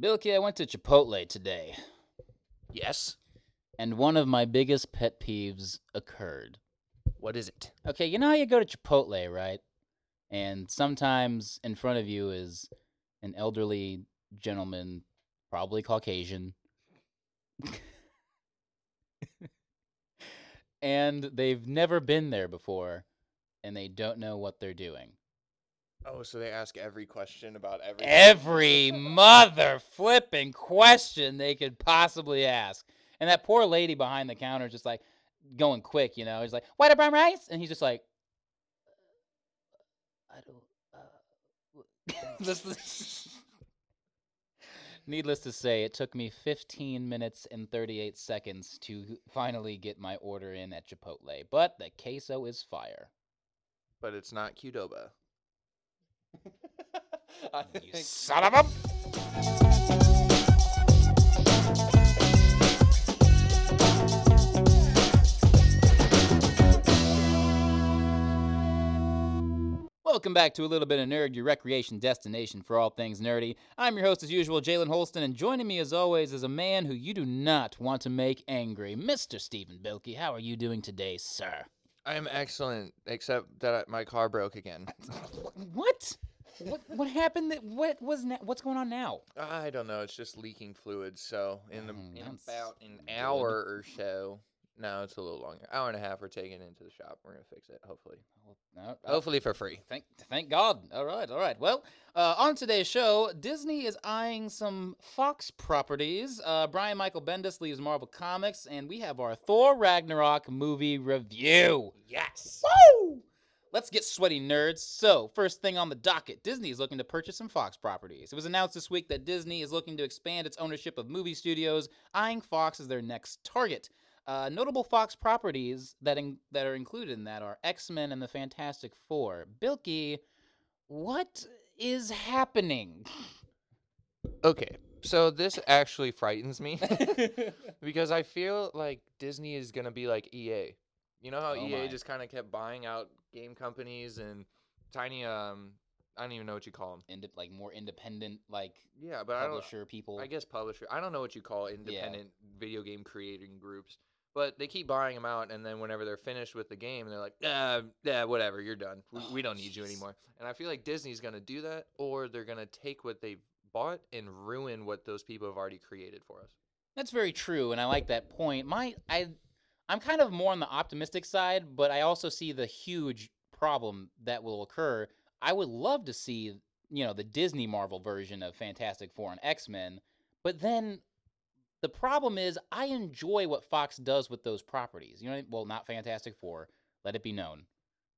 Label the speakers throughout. Speaker 1: Bilky, I went to Chipotle today,
Speaker 2: Yes.
Speaker 1: and one of my biggest pet peeves occurred.
Speaker 2: What is it?
Speaker 1: Okay, you know how you go to Chipotle, right? And sometimes in front of you is an elderly gentleman, probably Caucasian. and they've never been there before, and they don't know what they're doing.
Speaker 3: Oh, so they ask every question about everything.
Speaker 1: every mother flipping question they could possibly ask. And that poor lady behind the counter is just like going quick, you know. He's like, "White or brown rice?" And he's just like, "I don't." Uh, wh-" Just this- Needless to say, it took me 15 minutes and 38 seconds to finally get my order in at Chipotle, but the queso is fire.
Speaker 3: But it's not Qdoba.
Speaker 2: I
Speaker 1: You son of a! Welcome back to A Little Bit of Nerd, your recreation destination for all things nerdy. I'm your host, as usual, Jalen Holston, and joining me, as always, is a man who you do not want to make angry, Mr. Stephen Bilkey. How are you doing today, sir?
Speaker 3: I am excellent, except that I- my car broke again.
Speaker 1: What? What, what happened? That, what was na- what's going on now?
Speaker 3: I don't know. It's just leaking fluid. So in, the,
Speaker 1: Mm,
Speaker 3: in
Speaker 1: that's
Speaker 3: about an
Speaker 1: good.
Speaker 3: hour or so, no, it's a little longer. Hour and a half. We're taking it into the shop. We're gonna fix it. Hopefully.
Speaker 1: No, oh,
Speaker 3: Hopefully for free.
Speaker 1: Thank, thank God. All right, all right. Well, uh, on today's show, Disney is eyeing some Fox properties. Uh, Brian Michael Bendis leaves Marvel Comics, and we have our Thor Ragnarok movie review.
Speaker 2: Yes.
Speaker 1: Woo! Let's get sweaty, nerds. So, first thing on the docket Disney is looking to purchase some Fox properties. It was announced this week that Disney is looking to expand its ownership of movie studios, eyeing Fox as their next target. Uh, notable Fox properties that, in- that are included in that are X Men and the Fantastic Four. Bilky, what is happening?
Speaker 3: Okay. So this actually frightens me because I feel like Disney is gonna be like EA. You know how
Speaker 1: Oh
Speaker 3: EA
Speaker 1: my.
Speaker 3: just kind of kept buying out game companies and tiny um I don't even know what you call them.
Speaker 1: Ind- like more independent, like
Speaker 3: Yeah, but I don't
Speaker 1: publisher people.
Speaker 3: I guess publisher. I don't know what you call independent video game creating groups, but they keep buying them out, and then whenever they're finished with the game, they're like, ah, yeah, whatever, you're done. We,
Speaker 1: Oh,
Speaker 3: we don't need you
Speaker 1: jeez.
Speaker 3: anymore. And I feel like Disney's gonna do that, or they're gonna take what they've bought and ruin what those people have already created for us.
Speaker 1: That's very true, and I like that point. My, I, I'm kind of more on the optimistic side, but I also see the huge problem that will occur. I would love to see, you know, the Disney Marvel version of Fantastic Four and X Men, but then the problem is I enjoy what Fox does with those properties. You know, what I mean? well, not Fantastic Four. Let it be known,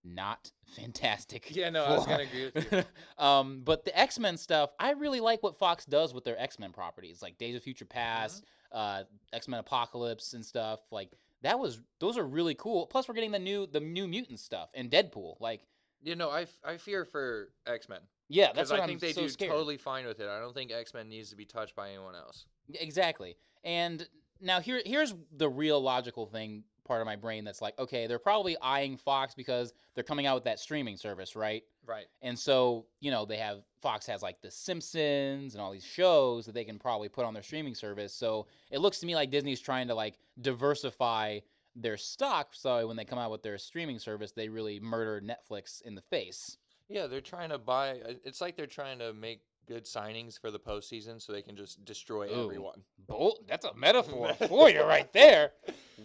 Speaker 1: not Fantastic. Four.
Speaker 3: agree
Speaker 1: um, but the X Men stuff, I really like what Fox does with their X Men properties, like Days of Future Past,
Speaker 3: Uh-huh.
Speaker 1: uh, X Men Apocalypse, and stuff. Like that was those are really cool. Plus, we're getting the new the new mutant stuff and Deadpool. Like,
Speaker 3: You know, I, f- I fear for X Men
Speaker 1: yeah, that's
Speaker 3: because
Speaker 1: what
Speaker 3: I
Speaker 1: am
Speaker 3: think they
Speaker 1: so
Speaker 3: do
Speaker 1: scared.
Speaker 3: totally fine with it. I don't think X Men needs to be touched by anyone else.
Speaker 1: Yeah, Exactly. And now here here's the real logical thing part of my brain that's like, okay, they're probably eyeing Fox because they're coming out with that streaming service, right?
Speaker 3: Right.
Speaker 1: And so, you know, they have Fox has like The Simpsons and all these shows that they can probably put on their streaming service. So it looks to me like Disney's trying to like diversify their stock. So when they come out with their streaming service, they really murder Netflix in the face.
Speaker 3: Yeah, they're trying to buy. uh, It's like they're trying to make good signings for the postseason so they can just destroy
Speaker 1: Ooh.
Speaker 3: everyone.
Speaker 1: Bolt, that's a metaphor for you right there.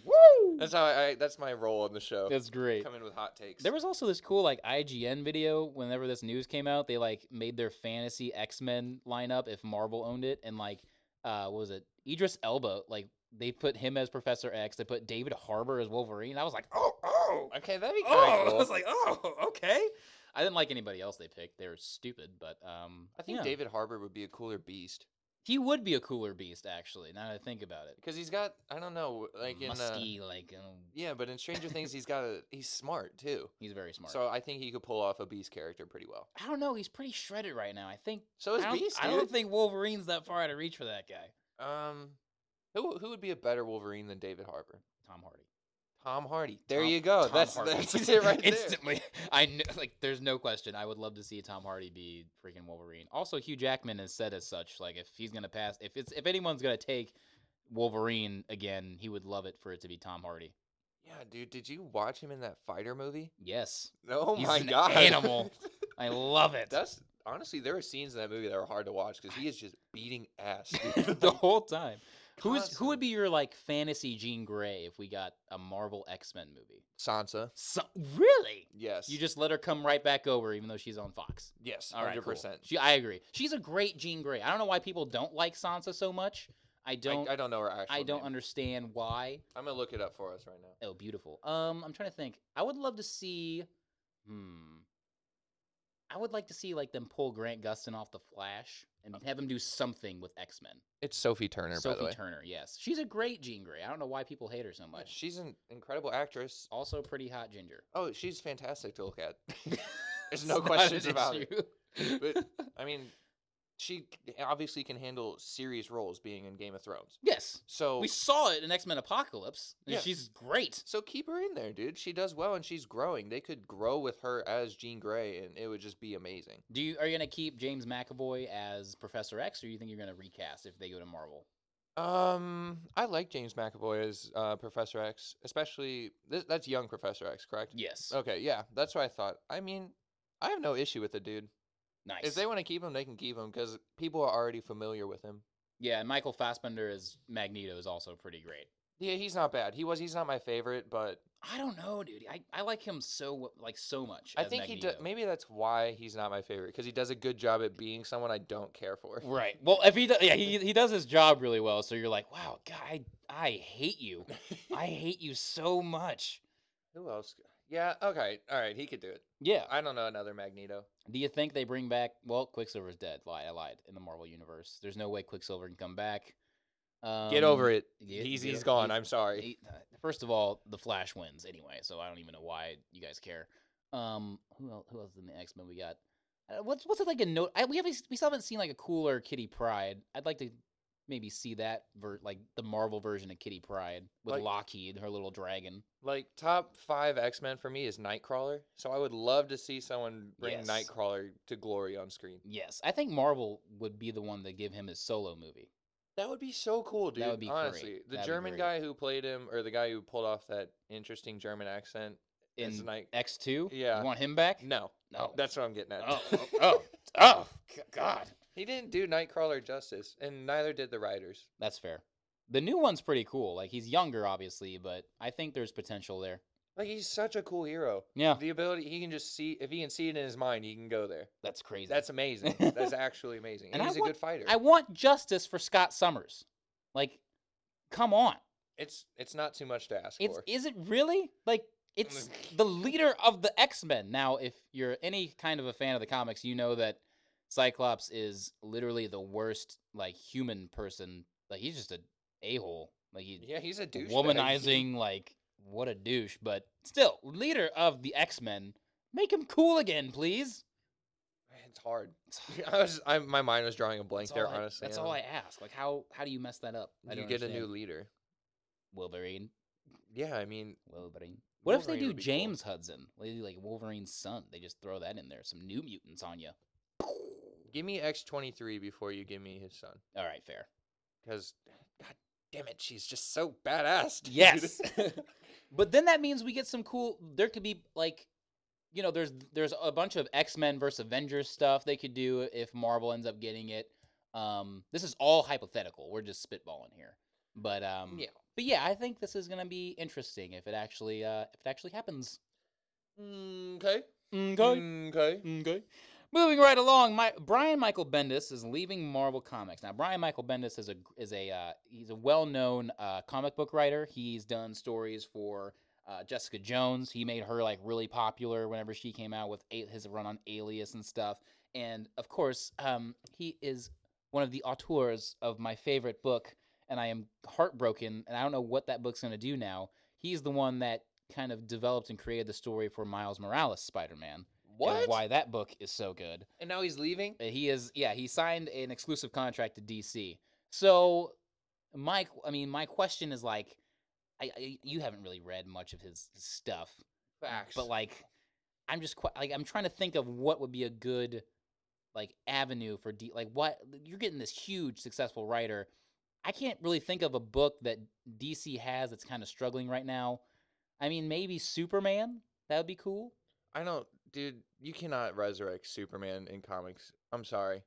Speaker 1: Woo!
Speaker 3: That's how I, I. That's my role on the show.
Speaker 1: That's great.
Speaker 3: Come in with hot takes.
Speaker 1: There was also this cool like IGN video whenever this news came out. They like made their fantasy X Men lineup if Marvel owned it, and like uh, what was it? Idris Elba. Like they put him as Professor X. They put David Harbour as Wolverine. I was like, oh, oh,
Speaker 3: okay, that'd be kind
Speaker 1: oh.
Speaker 3: of
Speaker 1: I
Speaker 3: cool.
Speaker 1: was like, oh, okay. I didn't like anybody else they picked. They were stupid, but um,
Speaker 3: I think
Speaker 1: yeah.
Speaker 3: David Harbour would be a cooler beast
Speaker 1: he would be a cooler beast actually. Now that I think about it,
Speaker 3: because he's got. I don't know, like in. Uh,
Speaker 1: musky, like um,
Speaker 3: yeah, but in Stranger Things, he's got a. He's smart too.
Speaker 1: he's very smart.
Speaker 3: So I think he could pull off a beast character pretty well.
Speaker 1: I don't know. He's pretty shredded right now. I think
Speaker 3: So is
Speaker 1: I don't,
Speaker 3: Beast,
Speaker 1: I don't
Speaker 3: dude.
Speaker 1: think Wolverine's that far out of reach for that guy.
Speaker 3: Um, who who would be a better Wolverine than David Harbour?
Speaker 1: Tom Hardy.
Speaker 3: Tom Hardy. There
Speaker 1: Tom-
Speaker 3: you go.
Speaker 1: Tom
Speaker 3: Oh, that's
Speaker 1: Hardy.
Speaker 3: that's it right there.
Speaker 1: Instantly, I kn- like. There's no question. I would love to see Tom Hardy be freaking Wolverine. Also, Hugh Jackman has said as such. Like, if he's gonna pass, if it's if anyone's gonna take Wolverine again, he would love it for it to be Tom Hardy.
Speaker 3: Yeah, dude. Did you watch him in that fighter movie?
Speaker 1: Yes,
Speaker 3: Oh
Speaker 1: He's
Speaker 3: my
Speaker 1: an
Speaker 3: god.
Speaker 1: animal. I love it
Speaker 3: that's honestly there were scenes in that movie that were hard to watch because he is just beating ass. dude.
Speaker 1: the whole time. Who's who
Speaker 3: Constantly.
Speaker 1: would be your like fantasy Jean Grey if we got a Marvel X Men movie?
Speaker 3: Sansa.
Speaker 1: So, really?
Speaker 3: Yes.
Speaker 1: You just let her come right back over, even though she's on Fox.
Speaker 3: yes.
Speaker 1: All right,
Speaker 3: Hundred
Speaker 1: cool.
Speaker 3: percent.
Speaker 1: She, I agree. She's a great Jean Grey. I don't know why people don't like Sansa so much. I don't. I,
Speaker 3: I, I don't know her actual.
Speaker 1: don't
Speaker 3: name.
Speaker 1: understand why.
Speaker 3: I'm gonna look it up for us right now.
Speaker 1: Oh, beautiful. Um, I'm trying to think. I would love to see. Hmm. I would like to see like them pull Grant Gustin off the Flash and have him do something with X Men.
Speaker 3: It's Sophie Turner, by the
Speaker 1: Sophie
Speaker 3: way.
Speaker 1: Turner, yes, she's a great Jean Grey. I don't know why people hate her so
Speaker 3: Yeah,
Speaker 1: much.
Speaker 3: She's an incredible actress.
Speaker 1: Also, pretty hot ginger.
Speaker 3: Oh, she's fantastic to look at. There's no
Speaker 1: It's not an
Speaker 3: questions about it.
Speaker 1: issue.
Speaker 3: But I mean, she c- obviously can handle serious roles being in Game of Thrones.
Speaker 1: yes,
Speaker 3: So
Speaker 1: we saw it in X Men Apocalypse, and
Speaker 3: Yeah.
Speaker 1: she's great.
Speaker 3: so keep her in there, dude. She does well and she's growing. They could grow with her as Jean Grey and it would just be amazing.
Speaker 1: Do you are you gonna keep James McAvoy as Professor X, or you think you're gonna recast if they go to Marvel?
Speaker 3: Um, I like James McAvoy as uh, Professor X, especially th- that's young Professor X, correct?
Speaker 1: Yes.
Speaker 3: Okay, yeah, that's what I thought. I mean, I have no issue with the dude.
Speaker 1: nice.
Speaker 3: If they want to keep him, they can keep him because people are already familiar with him.
Speaker 1: yeah, and Michael Fassbender as Magneto is also pretty great.
Speaker 3: Yeah, he's not bad. He was. He's not my favorite, but
Speaker 1: I don't know, dude. I, I like him so w- like so much.
Speaker 3: I
Speaker 1: as
Speaker 3: think he does.
Speaker 1: Magneto.
Speaker 3: Maybe that's why he's not my favorite because he does a good job at being someone I don't care for.
Speaker 1: Right. Well, if he do, yeah he, he does his job really well, so you're like, wow, God, I I hate you. I hate you so much.
Speaker 3: Who else? Yeah. Okay. All right. He could do it.
Speaker 1: Yeah.
Speaker 3: I don't know another Magneto.
Speaker 1: Do you think they bring back? Well, Quicksilver's dead. Lied. I lied. In the Marvel universe, there's no way Quicksilver can come back. Um,
Speaker 3: Get over it.
Speaker 1: yeah,
Speaker 3: he's
Speaker 1: get
Speaker 3: he's
Speaker 1: o-
Speaker 3: gone.
Speaker 1: he-
Speaker 3: I'm sorry.
Speaker 1: Eight- uh, First of all, the Flash wins anyway, so I don't even know why you guys care. Um, who else? Who else is in the X Men? We got uh, what's what's it like a note? I, we haven't we still haven't seen like a cooler Kitty Pride. I'd like to maybe see that ver- like the Marvel version of Kitty Pride with
Speaker 3: Like-
Speaker 1: Lockheed, her little dragon.
Speaker 3: Like top five X Men for me is Nightcrawler. So I would love to see someone bring
Speaker 1: Yes.
Speaker 3: Nightcrawler to glory on screen.
Speaker 1: Yes, I think Marvel would be the one to give him his solo movie.
Speaker 3: That would be so cool, dude.
Speaker 1: That would be great.
Speaker 3: honestly, the
Speaker 1: That'd be
Speaker 3: German
Speaker 1: great.
Speaker 3: guy who played him, or the guy who pulled off that interesting German accent, is
Speaker 1: In
Speaker 3: Night.
Speaker 1: X two,
Speaker 3: Yeah.
Speaker 1: you want him back?
Speaker 3: No,
Speaker 1: No.
Speaker 3: that's what I'm getting at.
Speaker 1: Oh, oh, oh, oh, g- God.
Speaker 3: he didn't do Nightcrawler justice, and neither did the writers.
Speaker 1: That's fair. The new one's pretty cool. Like he's younger, obviously, but I think there's potential there.
Speaker 3: Like he's such a cool hero.
Speaker 1: Yeah,
Speaker 3: The ability he can just see if he can see it in his mind, he can go there.
Speaker 1: that's crazy.
Speaker 3: That's amazing. that's actually amazing. And,
Speaker 1: And I
Speaker 3: he's a
Speaker 1: want-
Speaker 3: good fighter.
Speaker 1: I want justice for Scott Summers. Like, come on.
Speaker 3: It's it's not too much to ask
Speaker 1: It's
Speaker 3: for.
Speaker 1: is it really like it's the leader of the X Men. Now, if you're any kind of a fan of the comics, you know that Cyclops is literally the worst like human person. Like he's just a a hole. Like he
Speaker 3: yeah, he's a douche.
Speaker 1: womanizing like what a douche but still leader of the x-men make him cool again please
Speaker 3: It's hard. I was, I, my mind was drawing a blank
Speaker 1: That's
Speaker 3: there.
Speaker 1: all I-
Speaker 3: honestly,
Speaker 1: that's
Speaker 3: yeah.
Speaker 1: all i ask like how how do you mess that up I
Speaker 3: you
Speaker 1: don't
Speaker 3: get a new
Speaker 1: understand.
Speaker 3: leader.
Speaker 1: wolverine
Speaker 3: Yeah, I mean,
Speaker 1: wolverine what if they
Speaker 3: Wolverine
Speaker 1: do
Speaker 3: would be cool.
Speaker 1: james hudson like like wolverine's son they just throw that in there some new mutants on you
Speaker 3: give me X twenty three before you give me his son,
Speaker 1: all right fair
Speaker 3: because God damn it, she's just so badass. dude.
Speaker 1: Yes. but then that means we get some cool there could be like you know there's there's a bunch of X-Men versus Avengers stuff they could do if Marvel ends up getting it. Um this is all hypothetical. We're just spitballing here. But um
Speaker 3: yeah.
Speaker 1: but yeah, I think this is going to be interesting if it actually uh if it actually happens.
Speaker 3: Mm, Okay. Mm,
Speaker 1: Okay.
Speaker 3: Okay.
Speaker 1: Mm-hmm. Okay. Moving right along, my, Brian Michael Bendis is leaving Marvel Comics. Now, Brian Michael Bendis is a is a uh, he's a well known uh, comic book writer. He's done stories for uh, Jessica Jones. He made her like really popular whenever she came out with a- his run on Alias and stuff. And of course, um, he is one of the auteurs of my favorite book, and I am heartbroken. And I don't know what that book's going to do now. He's the one that kind of developed and created the story for Miles Morales Spider Man
Speaker 3: What?
Speaker 1: and why that book is so good.
Speaker 3: And now he's leaving.
Speaker 1: Uh, He is yeah, he signed an exclusive contract to DC. So my q- I mean my question is like I, I you haven't really read much of his stuff,
Speaker 3: Facts.
Speaker 1: but like, I'm just quite like I'm trying to think of what would be a good like avenue for de- like what you're getting this huge successful writer. I can't really think of a book that DC has that's kind of struggling right now. I mean, maybe Superman. That would be cool.
Speaker 3: I don't, dude. You cannot resurrect Superman in comics. I'm sorry.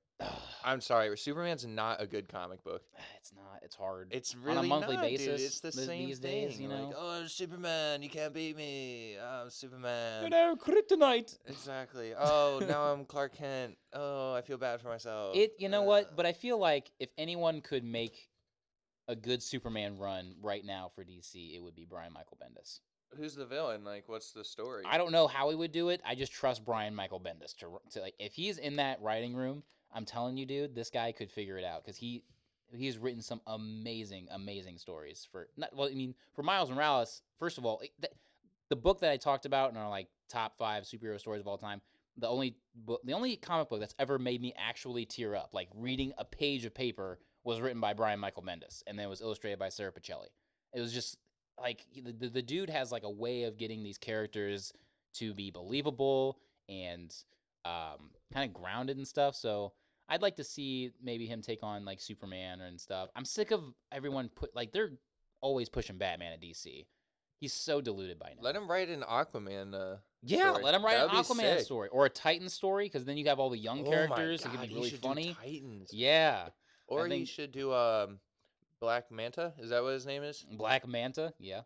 Speaker 3: I'm sorry. but Superman's not a good comic book.
Speaker 1: Ah, it's not. It's hard.
Speaker 3: It's
Speaker 1: a
Speaker 3: really
Speaker 1: monthly
Speaker 3: not, dude.
Speaker 1: basis
Speaker 3: It's the
Speaker 1: th-
Speaker 3: same
Speaker 1: these
Speaker 3: thing.
Speaker 1: days, you
Speaker 3: like,
Speaker 1: know?
Speaker 3: oh, Superman, you can't beat me. I'm Superman.
Speaker 1: know, kryptonite.
Speaker 3: Exactly. Oh, now I'm Clark Kent. Oh, I feel bad for myself.
Speaker 1: It. You know
Speaker 3: Uh,
Speaker 1: what? But I feel like if anyone could make a good Superman run right now for DC, it would be Brian Michael Bendis.
Speaker 3: who's the villain? Like, what's the story?
Speaker 1: I don't know how he would do it. I just trust Brian Michael Bendis to, wr- to like if he's in that writing room. I'm telling you, dude, this guy could figure it out because he he's written some amazing, amazing stories for not. Well, I mean, for Miles Morales, first of all, it, the, the book that I talked about in our like top five superhero stories of all time. The only book, the only comic book that's ever made me actually tear up, like reading a page of paper, was written by Brian Michael Bendis, and then was illustrated by Sarah Pacelli. It was just like he- the, the the dude has like a way of getting these characters to be believable and um, kind of grounded and stuff. So I'd like to see maybe him take on like Superman and stuff. I'm sick of everyone put like they're always pushing Batman at DC. He's so diluted by now.
Speaker 3: Let him write an Aquaman. Uh,
Speaker 1: yeah,
Speaker 3: story.
Speaker 1: let him write
Speaker 3: That
Speaker 1: an
Speaker 3: would be
Speaker 1: Aquaman
Speaker 3: sick.
Speaker 1: story or a Titan story because then you have all the young
Speaker 3: Oh my
Speaker 1: characters. it
Speaker 3: God,
Speaker 1: could
Speaker 3: he
Speaker 1: be really
Speaker 3: should do
Speaker 1: funny.
Speaker 3: Titans.
Speaker 1: Yeah,
Speaker 3: Or he
Speaker 1: think-
Speaker 3: should do um, Black Manta. Is that what his name is?
Speaker 1: Black Manta. Yeah,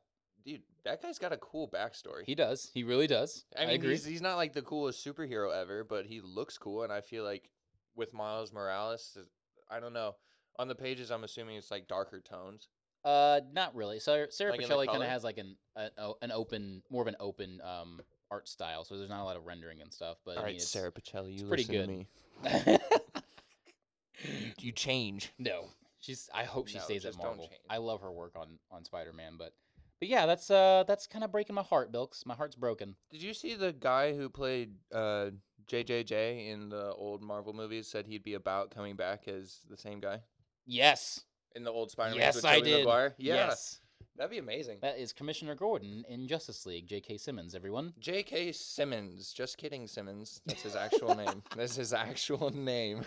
Speaker 3: Dude, that guy's got a cool backstory.
Speaker 1: he does. He really does.
Speaker 3: I mean,
Speaker 1: agree.
Speaker 3: he's he's not like the coolest superhero ever, but he looks cool, and I feel like with Miles Morales, is- I don't know. On the pages, I'm assuming it's like darker tones.
Speaker 1: Uh, not really. Sarah, Sarah
Speaker 3: Like in the
Speaker 1: Pacelli kind
Speaker 3: color?
Speaker 1: of has like an a, o- an open, more of an open um art style, so there's not a lot of rendering and stuff. But I mean, it's,
Speaker 3: Pacelli, you
Speaker 1: pretty good.
Speaker 3: me. You change.
Speaker 1: no, she's. I hope she
Speaker 3: No,
Speaker 1: stays at
Speaker 3: just don't
Speaker 1: Marvel.
Speaker 3: change.
Speaker 1: I love her work on on Spider Man, but but yeah, that's uh that's kind of breaking my heart, Bilks. My heart's broken.
Speaker 3: Did you see the guy who played uh, JJJ in the old Marvel movies said he'd be about coming back as the same guy
Speaker 1: Yes.
Speaker 3: in the old Spider-Man?
Speaker 1: Yes, I did.
Speaker 3: Maguire? Yeah,
Speaker 1: Yes.
Speaker 3: that'd be amazing.
Speaker 1: That is Commissioner Gordon in Justice League. J.K. Simmons, everyone.
Speaker 3: J.K. Simmons. Just kidding, Simmons. That's his actual name. That's his actual name.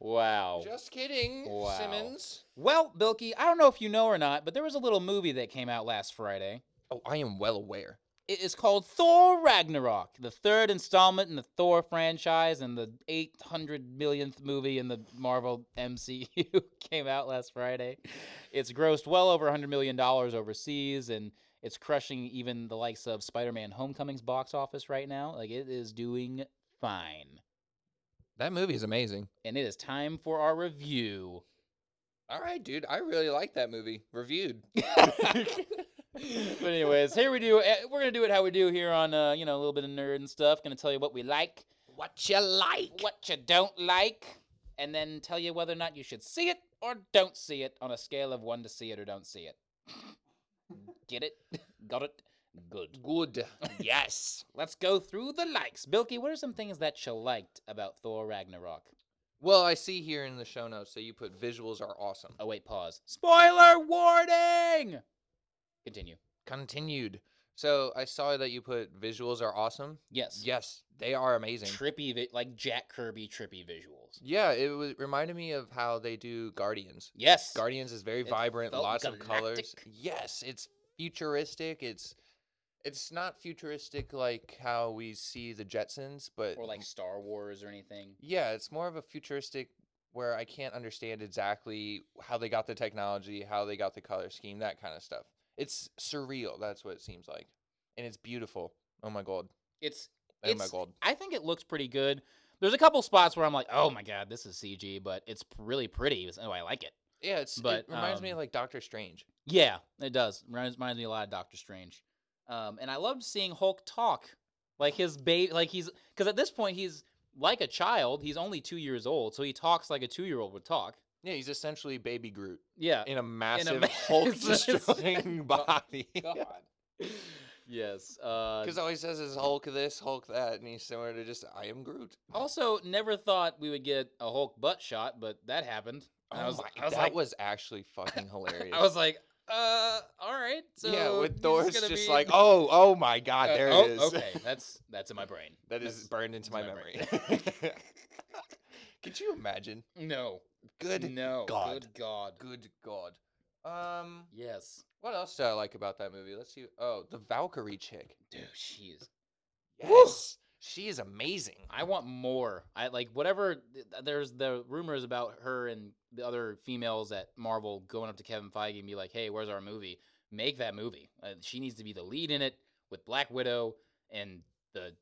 Speaker 1: wow.
Speaker 3: Just kidding,
Speaker 1: Wow.
Speaker 3: Simmons.
Speaker 1: Well, Bilky, I don't know if you know or not, but there was a little movie that came out last Friday.
Speaker 3: Oh, I am well aware.
Speaker 1: It is called Thor Ragnarok, the third installment in the Thor franchise and the 800 millionth movie in the Marvel MCU came out last Friday. It's grossed well over 100 million dollars overseas and it's crushing even the likes of Spider-Man Homecoming's box office right now. Like it is doing fine.
Speaker 3: That movie is amazing.
Speaker 1: And it is time for our review.
Speaker 3: All right, dude. I really like that movie. Reviewed.
Speaker 1: but anyways, here we do. eh, We're gonna do it how we do here on uh, you know a little bit of nerd and stuff. Gonna tell you what we like,
Speaker 3: What you like?
Speaker 1: what you don't like, and then tell you whether or not you should see it or don't see it on a scale of one to see it or don't see it. Get it? Got it? Good.
Speaker 3: Good. yes.
Speaker 1: Let's go through the likes. Bilky, what are some things that you liked about Thor Ragnarok?
Speaker 3: Well, I see here in the show notes that you put visuals are awesome.
Speaker 1: Oh wait, pause. Spoiler warning. Continue.
Speaker 3: Continued. So I saw that you put visuals are awesome.
Speaker 1: Yes.
Speaker 3: Yes, they are amazing.
Speaker 1: Trippy, vi- like Jack Kirby trippy visuals.
Speaker 3: Yeah, it was reminded me of how they do Guardians.
Speaker 1: Yes.
Speaker 3: Guardians is very
Speaker 1: It
Speaker 3: vibrant,
Speaker 1: felt
Speaker 3: lots of colors.
Speaker 1: galactic.
Speaker 3: Yes, it's futuristic. It's it's not futuristic like how we see the Jetsons, but
Speaker 1: or like Star Wars or anything.
Speaker 3: yeah, it's more of a futuristic where I can't understand exactly how they got the technology, how they got the color scheme, that kind of stuff. It's surreal. That's what it seems like, and it's beautiful. Oh my god!
Speaker 1: It's
Speaker 3: Oh my
Speaker 1: It's-
Speaker 3: god!
Speaker 1: I think it looks pretty good. There's a couple spots where I'm like, oh my god, this is CG, but it's p- really pretty. So I like it.
Speaker 3: Yeah, it's
Speaker 1: but,
Speaker 3: it reminds me
Speaker 1: um,
Speaker 3: of like Doctor Strange.
Speaker 1: Yeah, it does. Reminds, reminds me a lot of Doctor Strange. Um, and I loved seeing Hulk talk, like his baby, like he's because at this point he's like a child. He's only two years old, so he talks like a two year old would talk.
Speaker 3: Yeah, he's essentially Baby Groot
Speaker 1: Yeah.
Speaker 3: in a massive
Speaker 1: ma-
Speaker 3: Hulk
Speaker 1: it's just-
Speaker 3: destroying body.
Speaker 1: yes. Uh,
Speaker 3: Because all he says is Hulk this, Hulk that, and he's similar to just I am Groot.
Speaker 1: also, never thought we would get a Hulk butt shot, but Oh that happened. And I was, I was
Speaker 3: Oh that
Speaker 1: like,
Speaker 3: was actually fucking hilarious.
Speaker 1: I was like, uh, all right. So
Speaker 3: yeah, with
Speaker 1: this is
Speaker 3: Thor's
Speaker 1: gonna
Speaker 3: just
Speaker 1: be-
Speaker 3: like, oh, oh my God,
Speaker 1: Uh,
Speaker 3: there
Speaker 1: oh,
Speaker 3: it is.
Speaker 1: Okay, that's that's in my brain.
Speaker 3: that
Speaker 1: That's-
Speaker 3: is burned into
Speaker 1: it's
Speaker 3: my,
Speaker 1: my
Speaker 3: memory.
Speaker 1: brain.
Speaker 3: Could you imagine?
Speaker 1: no,
Speaker 3: Good,
Speaker 1: no,
Speaker 2: God.
Speaker 1: good God,
Speaker 3: good God. Um,
Speaker 1: yes,
Speaker 3: what else did I like about that movie? Let's see. Oh, the Valkyrie chick.
Speaker 1: dude, she is. Woo!
Speaker 3: Yes, she is amazing.
Speaker 1: I want more. I like whatever. th- There's the rumors about her and the other females at Marvel going up to Kevin Feige and be like, "Hey, where's our movie? Make that movie. Uh, she needs to be the lead in it with Black Widow and the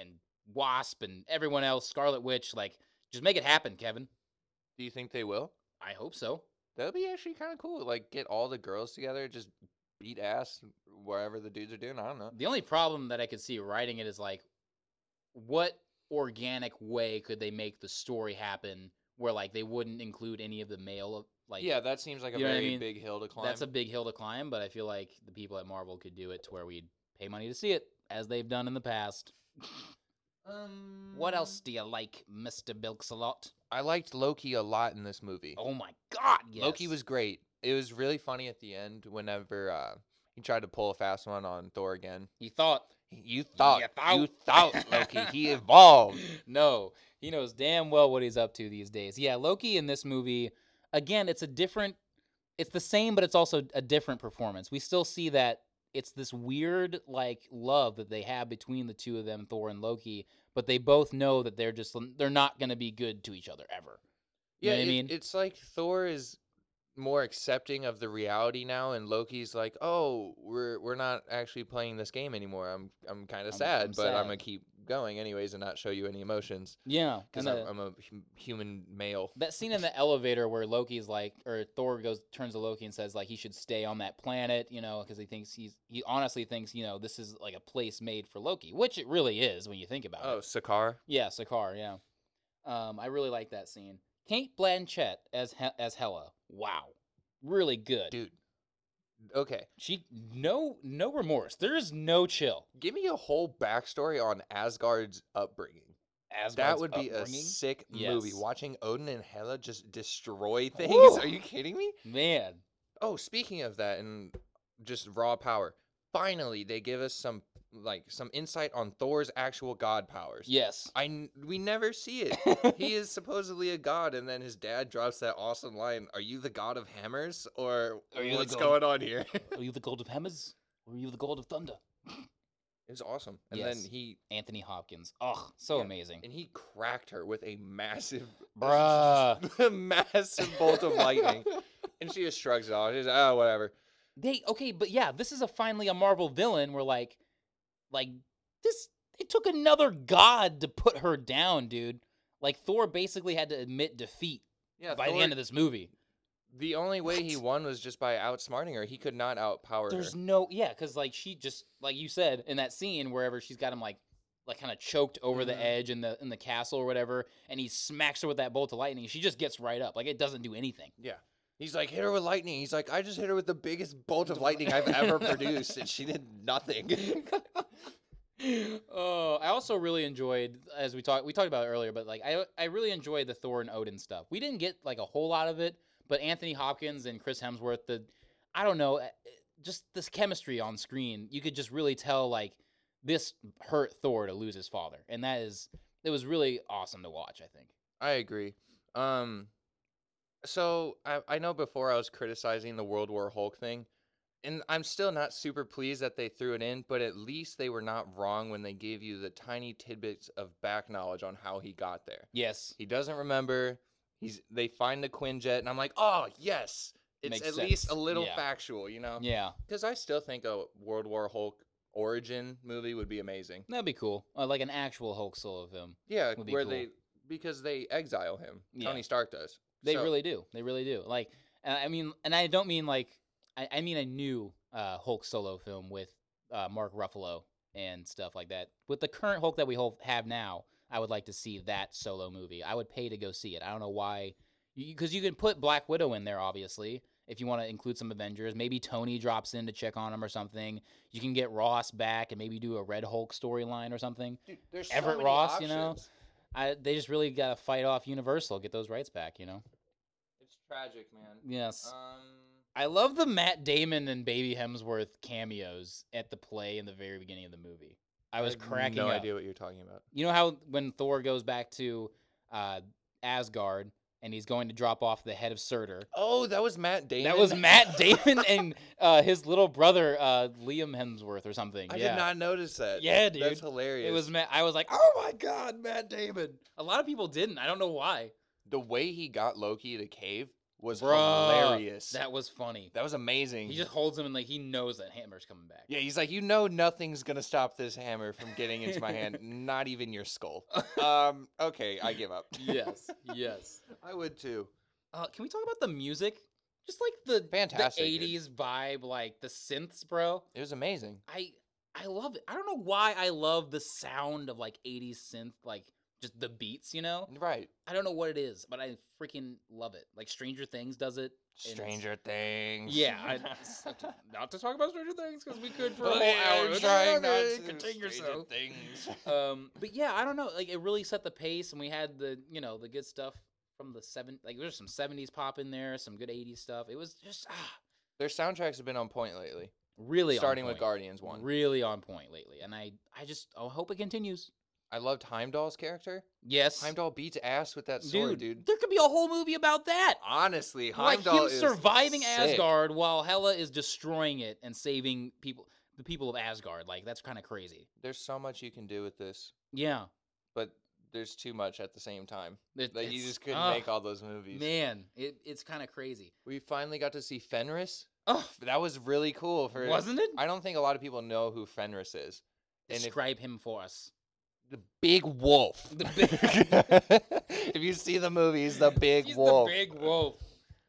Speaker 1: and Wasp and everyone else, Scarlet Witch. Like, just make it happen, Kevin.
Speaker 3: Do you think they will?
Speaker 1: I hope so.
Speaker 3: That'd be actually kind of cool. Like, get all the girls together, just beat ass wherever the dudes are doing. I don't know.
Speaker 1: The only problem that I could see writing it is like, what organic way could they make the story happen where like they wouldn't include any of the male like
Speaker 3: yeah, that seems like a
Speaker 1: you know what I
Speaker 3: very
Speaker 1: mean?
Speaker 3: big hill to climb.
Speaker 1: That's a big hill to climb, but I feel like the people at Marvel could do it to where we'd pay money to see it, as they've done in the past.
Speaker 3: um,
Speaker 1: What else do you like, Mr. Bilks a lot?
Speaker 3: I liked Loki a lot in this movie.
Speaker 1: Oh my god, yes.
Speaker 3: Loki was great. It was really funny at the end whenever uh, he tried to pull a fast one on Thor again.
Speaker 1: He thought
Speaker 3: You thought, you
Speaker 1: thought.
Speaker 3: thought, Loki, he evolved.
Speaker 1: no, he knows damn well what he's up to these days. Yeah, Loki in this movie, again, it's a different, it's the same, but it's also a different performance. We still see that it's this weird, like, love that they have between the two of them, Thor and Loki, but they both know that they're just, they're not going to be good to each other ever. You
Speaker 3: Yeah,
Speaker 1: know what I
Speaker 3: it-
Speaker 1: mean?
Speaker 3: it's like Thor is more accepting of the reality now, and Loki's like, "Oh, we're we're not actually playing this game anymore. I'm I'm kind
Speaker 1: I'm-
Speaker 3: of sad,
Speaker 1: I'm
Speaker 3: but I'm gonna
Speaker 1: sad."
Speaker 3: keep going anyways and not show you any emotions
Speaker 1: Yeah.
Speaker 3: because
Speaker 1: and uh,
Speaker 3: I'm,
Speaker 1: the-
Speaker 3: I'm a hum- human male."
Speaker 1: that scene in the elevator where Loki's like, or Thor goes turns to Loki and says like he should stay on that planet, you know, because he thinks he's he honestly thinks you know this is like a place made for Loki, which it really is when you think about
Speaker 3: Oh,
Speaker 1: it.
Speaker 3: Sakaar.
Speaker 1: Yeah, Sakaar. Yeah, um, I really like that scene. Kate Blanchett as he- as Hela. Wow, really good.
Speaker 3: dude. Okay,
Speaker 1: She no no remorse. There is no chill.
Speaker 3: give me a whole backstory on Asgard's upbringing.
Speaker 1: Asgard's
Speaker 3: that would be a
Speaker 1: upbringing.
Speaker 3: sick movie.
Speaker 1: Yes.
Speaker 3: Watching Odin and Hela just destroy things.
Speaker 1: Woo!
Speaker 3: Are you kidding me?
Speaker 1: man.
Speaker 3: Oh, speaking of that and just raw power. Finally, they give us some like some insight on Thor's actual god powers.
Speaker 1: Yes.
Speaker 3: I n- we never see it. he is supposedly a god and then his dad drops that awesome line, "Are you the god of hammers or
Speaker 1: Are you the
Speaker 3: what's
Speaker 1: god-
Speaker 3: going on here?" it
Speaker 1: Are you the gold of hammers? Or are you the gold of thunder?
Speaker 3: was awesome. And
Speaker 1: Yes.
Speaker 3: then he
Speaker 1: Anthony Hopkins. Oh, so
Speaker 3: Yeah,
Speaker 1: amazing.
Speaker 3: and he cracked her with a massive
Speaker 1: Bruh.
Speaker 3: a massive bolt of lightning. and she just shrugs it off. She's like, "Oh, whatever."
Speaker 1: They okay, but yeah, this is a finally a Marvel villain where like like this it took another god to put her down, dude. Like Thor basically had to admit defeat
Speaker 3: Yeah,
Speaker 1: by the end of this movie.
Speaker 3: The only way he won was just by outsmarting her. He could not outpower
Speaker 1: There's
Speaker 3: her.
Speaker 1: no yeah, cuz like she just like you said in that scene wherever she's got him like like kind of choked over
Speaker 3: Mhm.
Speaker 1: the edge in the in the castle or whatever and he smacks her with that bolt of lightning. She just gets right up. Like it doesn't do anything.
Speaker 3: Yeah. He's like, hit her with lightning. He's like, I just hit her with the biggest bolt of lightning I've ever produced, and she did nothing.
Speaker 1: oh, I also really enjoyed as we talked we talked about it earlier, but like I I really enjoyed the Thor and Odin stuff. We didn't get like a whole lot of it, but Anthony Hopkins and Chris Hemsworth, the I don't know, eh, just this chemistry on screen, you could just really tell like this hurt Thor to lose his father, and that is it was really awesome to watch. I think.
Speaker 3: I agree. Um, so I, I know before I was criticizing the World War Hulk thing, and I'm still not super pleased that they threw it in, but at least they were not wrong when they gave you the tiny tidbits of back knowledge on how he got there.
Speaker 1: Yes.
Speaker 3: He doesn't remember. He's they find the Quinjet, and I'm like, oh yes, it's
Speaker 1: Makes
Speaker 3: at least a
Speaker 1: sense.
Speaker 3: little
Speaker 1: Yeah.
Speaker 3: factual, you know?
Speaker 1: Yeah,
Speaker 3: Because I still think a World War Hulk origin movie would be amazing.
Speaker 1: that'd be cool. Uh, like an actual Hulk solo of him.
Speaker 3: Yeah,
Speaker 1: Would be
Speaker 3: where
Speaker 1: cool.
Speaker 3: they because they exile him.
Speaker 1: Yeah.
Speaker 3: Tony Stark does.
Speaker 1: They
Speaker 3: So-
Speaker 1: really do. They really do. Like, uh, I mean, and I don't mean like, I, I mean a new uh, Hulk solo film with uh, Mark Ruffalo and stuff like that. With the current Hulk that we hol- have now, I would like to see that solo movie. I would pay to go see it. I don't know why, because you can put Black Widow in there, obviously, if you want to include some Avengers. Maybe Tony drops in to check on him or something. You can get Ross back and maybe do a Red Hulk storyline or something.
Speaker 3: Dude, there's so
Speaker 1: Everett
Speaker 3: many
Speaker 1: Ross, you know?
Speaker 3: options.
Speaker 1: I, they just really got to fight off Universal, get those rights back, you know?
Speaker 3: It's tragic, man.
Speaker 1: Yes.
Speaker 3: Um,
Speaker 1: I I love the Matt Damon and Baby Hemsworth cameos at the play in the very beginning of the movie. I was
Speaker 3: have
Speaker 1: cracking
Speaker 3: No
Speaker 1: up.
Speaker 3: idea what you're talking about.
Speaker 1: You know how when Thor goes back to uh, Asgard and he's going to drop off the head of Surtur.
Speaker 3: Oh, that was Matt Damon.
Speaker 1: That was Matt Damon and uh, his little brother uh, Liam Hemsworth or something.
Speaker 3: I
Speaker 1: yeah.
Speaker 3: did not notice that.
Speaker 1: Yeah, dude.
Speaker 3: That's hilarious.
Speaker 1: It was Matt. I was like, oh my god, Matt Damon. A lot of people didn't. I don't know why.
Speaker 3: the way he got Loki to cave was
Speaker 1: Bruh,
Speaker 3: hilarious.
Speaker 1: That was funny.
Speaker 3: That was amazing.
Speaker 1: He just holds him and like he knows that Hammer's coming back.
Speaker 3: yeah, he's like, you know, nothing's gonna stop this hammer from getting into my hand, not even your skull. Um, okay, I give up.
Speaker 1: yes. Yes.
Speaker 3: I would too.
Speaker 1: Uh, can we talk about the music? Just like the
Speaker 3: Fantastic, dude.
Speaker 1: the 80s vibe, like the synths, bro.
Speaker 3: It was amazing.
Speaker 1: I I love it. I don't know why I love the sound of like 80s synth, like just the beats, you know?
Speaker 3: Right.
Speaker 1: I don't know what it is, but I freaking love it. Like Stranger Things does it. and-
Speaker 3: Stranger Things.
Speaker 1: Yeah, I, s- not to talk about Stranger Things because we could for a whole
Speaker 3: Okay,
Speaker 1: hour.
Speaker 3: I'm
Speaker 1: but
Speaker 3: trying not
Speaker 1: okay,
Speaker 3: to.
Speaker 1: contain
Speaker 3: Stranger
Speaker 1: yourself.
Speaker 3: Things.
Speaker 1: um, but yeah, I don't know. Like it really set the pace, and we had the you know the good stuff from the seven. Like there's some '70s pop in there, some good '80s stuff. It was just ah,
Speaker 3: Their soundtracks have been on point lately.
Speaker 1: really on
Speaker 3: starting with
Speaker 1: point.
Speaker 3: Guardians One.
Speaker 1: really on point lately, and I I just I hope it continues.
Speaker 3: I loved Heimdall's character.
Speaker 1: Yes,
Speaker 3: Heimdall beats ass with that sword, dude.
Speaker 1: There could be a whole movie about that.
Speaker 3: Honestly,
Speaker 1: Like
Speaker 3: Heimdall
Speaker 1: him
Speaker 3: is
Speaker 1: surviving
Speaker 3: sick.
Speaker 1: Asgard while Hela is destroying it and saving people, the people of Asgard. Like that's kind of crazy.
Speaker 3: There's so much you can do with this,
Speaker 1: Yeah,
Speaker 3: but there's too much at the same time.
Speaker 1: it,
Speaker 3: Like you
Speaker 1: it's-
Speaker 3: just couldn't
Speaker 1: ah,
Speaker 3: make all those movies.
Speaker 1: Man, it, it's kind of crazy.
Speaker 3: We finally got to see Fenris.
Speaker 1: Oh,
Speaker 3: That was really cool. For
Speaker 1: wasn't it?
Speaker 3: I don't think a lot of people know who Fenris is. And if,
Speaker 1: Describe him for us.
Speaker 3: the big wolf.
Speaker 1: The
Speaker 3: if you see the movies, the big
Speaker 1: He's
Speaker 3: wolf.
Speaker 1: the big wolf.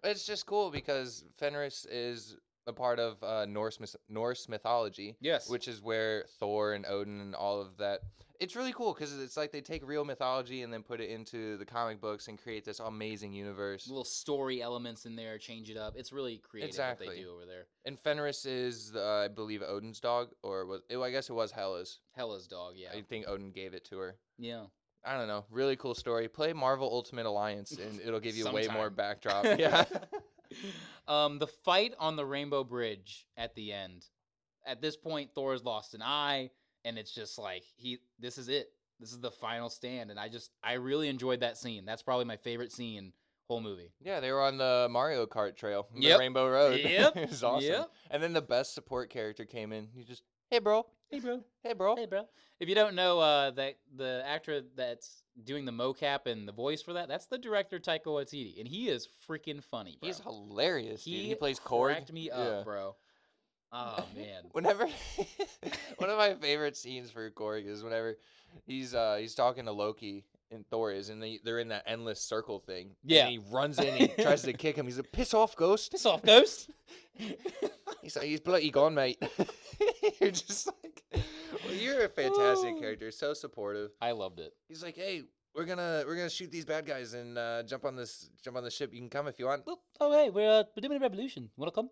Speaker 3: It's just cool because Fenris is a part of uh, Norse myth- Norse mythology,
Speaker 1: Yes.
Speaker 3: which is where Thor and Odin and all of that. It's really cool because it's like they take real mythology and then put it into the comic books and create this amazing universe.
Speaker 1: little story elements in there, change it up. It's really creative what
Speaker 3: Exactly.
Speaker 1: they do over there.
Speaker 3: And Fenris is, uh, I believe, Odin's dog, or was it, I guess it was Hela's.
Speaker 1: Hela's dog, yeah,
Speaker 3: I think Odin gave it to her.
Speaker 1: yeah.
Speaker 3: I don't know. Really cool story. Play Marvel Ultimate Alliance, and it'll give you way more
Speaker 1: Sometime.
Speaker 3: backdrop. yeah.
Speaker 1: um, the fight on the Rainbow Bridge at the end. At this point, Thor's lost an eye, and it's just like he. This is it. This is the final stand, and I just I really enjoyed that scene. That's probably my favorite scene whole movie.
Speaker 3: Yeah, they were on the Mario Kart trail, on the
Speaker 1: Yep.
Speaker 3: Rainbow Road.
Speaker 1: Yep.
Speaker 3: it was awesome.
Speaker 1: Yep.
Speaker 3: And then the best support character came in. He just, hey, bro.
Speaker 1: Hey, bro.
Speaker 3: Hey, bro.
Speaker 1: Hey, bro. If you don't know uh, that the actor that's doing the mocap and the voice for that, that's the director Taika Waititi, and he is freaking funny. Bro.
Speaker 3: He's hilarious. dude. He,
Speaker 1: He
Speaker 3: plays Korg.
Speaker 1: cracked me up, bro. Oh man.
Speaker 3: Whenever one of my favorite scenes for Korg is whenever he's uh he's talking to Loki and Thor is and they, they're in that endless circle thing.
Speaker 1: Yeah.
Speaker 3: And he runs in and he tries to kick him. He's a piss off ghost.
Speaker 1: Piss off, ghost.
Speaker 3: He's like, he's bloody gone, mate. you're just like well, you're a fantastic
Speaker 1: Oh.
Speaker 3: character, so supportive.
Speaker 1: I loved it.
Speaker 3: He's like, hey, we're gonna we're gonna shoot these bad guys and uh, jump on this jump on the ship. You can come if you want.
Speaker 1: Boop. Oh hey, we're uh, we're doing a revolution. Wanna come?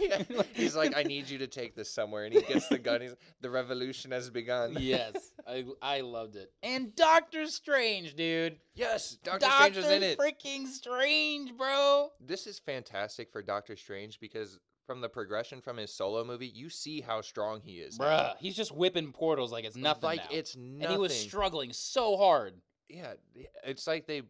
Speaker 3: Yeah. He's like, I need you to take this somewhere, and he gets the gun. He's the revolution has begun.
Speaker 1: yes, I I loved it. And Doctor Strange, dude.
Speaker 3: Yes, Doctor Strange is in it.
Speaker 1: Freaking Strange, bro.
Speaker 3: this is fantastic for Doctor Strange because from the progression from his solo movie, you see how strong he is. now.
Speaker 1: Bruh, he's just whipping portals like it's nothing.
Speaker 3: Like
Speaker 1: now.
Speaker 3: it's nothing.
Speaker 1: and he was struggling so hard.
Speaker 3: yeah, th- it's like they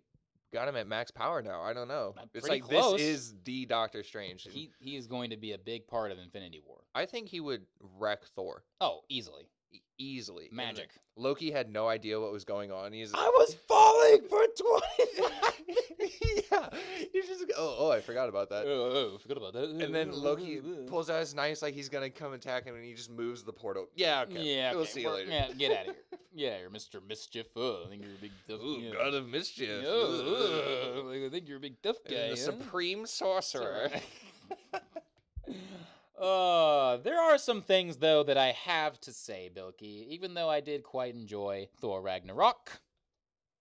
Speaker 3: got him at max power now. I don't know.
Speaker 1: Not
Speaker 3: It's
Speaker 1: pretty
Speaker 3: like
Speaker 1: close.
Speaker 3: this is the Doctor Strange. and
Speaker 1: He he is going to be a big part of Infinity War.
Speaker 3: I think he would wreck Thor
Speaker 1: Oh, easily.
Speaker 3: e- easily. and
Speaker 1: Magic.
Speaker 3: Loki had no idea what was going on. He's
Speaker 1: was falling for twenty.
Speaker 3: yeah. He's just oh, oh I forgot about that.
Speaker 1: oh, forgot about that.
Speaker 3: And then Loki pulls out his knife like he's gonna come attack him, and he just moves the portal. Yeah, okay.
Speaker 1: Yeah,
Speaker 3: We'll
Speaker 1: okay,
Speaker 3: see you
Speaker 1: we're-
Speaker 3: later.
Speaker 1: Yeah, get out of here. Yeah, you're Mr. Mischief. Oh, I think you're a big tough.
Speaker 3: Ooh,
Speaker 1: yeah.
Speaker 3: god of mischief.
Speaker 1: Yeah,
Speaker 3: Ooh.
Speaker 1: ugh, like, oh, I think you're a big tough
Speaker 3: And
Speaker 1: guy.
Speaker 3: the
Speaker 1: huh?
Speaker 3: supreme sorcerer.
Speaker 1: Uh, there are some things though that I have to say, Bilky. Even though I did quite enjoy Thor Ragnarok.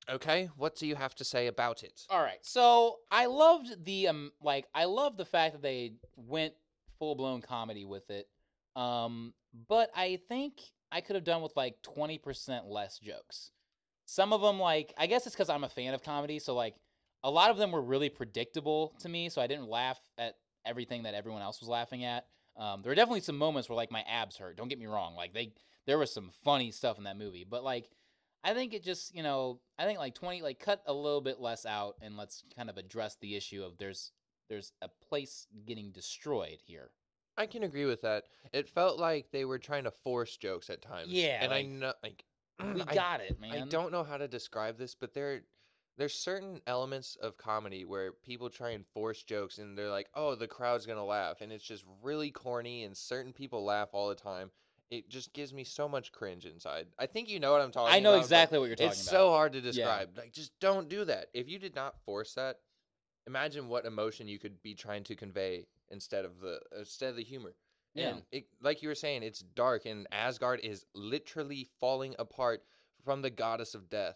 Speaker 3: okay, what do you have to say about it?
Speaker 1: All right, so I loved the um, like I love the fact that they went full blown comedy with it. Um, but I think I could have done with like twenty percent less jokes. Some of them, like I guess it's because I'm a fan of comedy, so like a lot of them were really predictable to me, so I didn't laugh at everything that everyone else was laughing at. Um, there were definitely some moments where like my abs hurt. Don't get me wrong. Like they, there was some funny stuff in that movie, but like, I think it just, you know, I think like 20, like cut a little bit less out and let's kind of address the issue of there's, there's a place getting destroyed here.
Speaker 3: I can agree with that. It felt like they were trying to force jokes at times.
Speaker 1: Yeah,
Speaker 3: and I
Speaker 1: like,
Speaker 3: know, like,
Speaker 1: We
Speaker 3: Mm, I
Speaker 1: got it, man.
Speaker 3: I don't know how to describe this, but there there's certain elements of comedy where people try and force jokes and they're like, "Oh, the crowd's going to laugh." And it's just really corny and certain people laugh all the time. It just gives me so much cringe inside. I think you know what I'm talking about.
Speaker 1: I know
Speaker 3: but
Speaker 1: exactly what you're talking
Speaker 3: It's
Speaker 1: about.
Speaker 3: so hard to describe. Like just don't do that. If you did not force that, imagine what emotion you could be trying to convey instead of the instead of the humor.
Speaker 1: Yeah.
Speaker 3: And it, like you were saying, it's dark, and Asgard is literally falling apart from the goddess of death.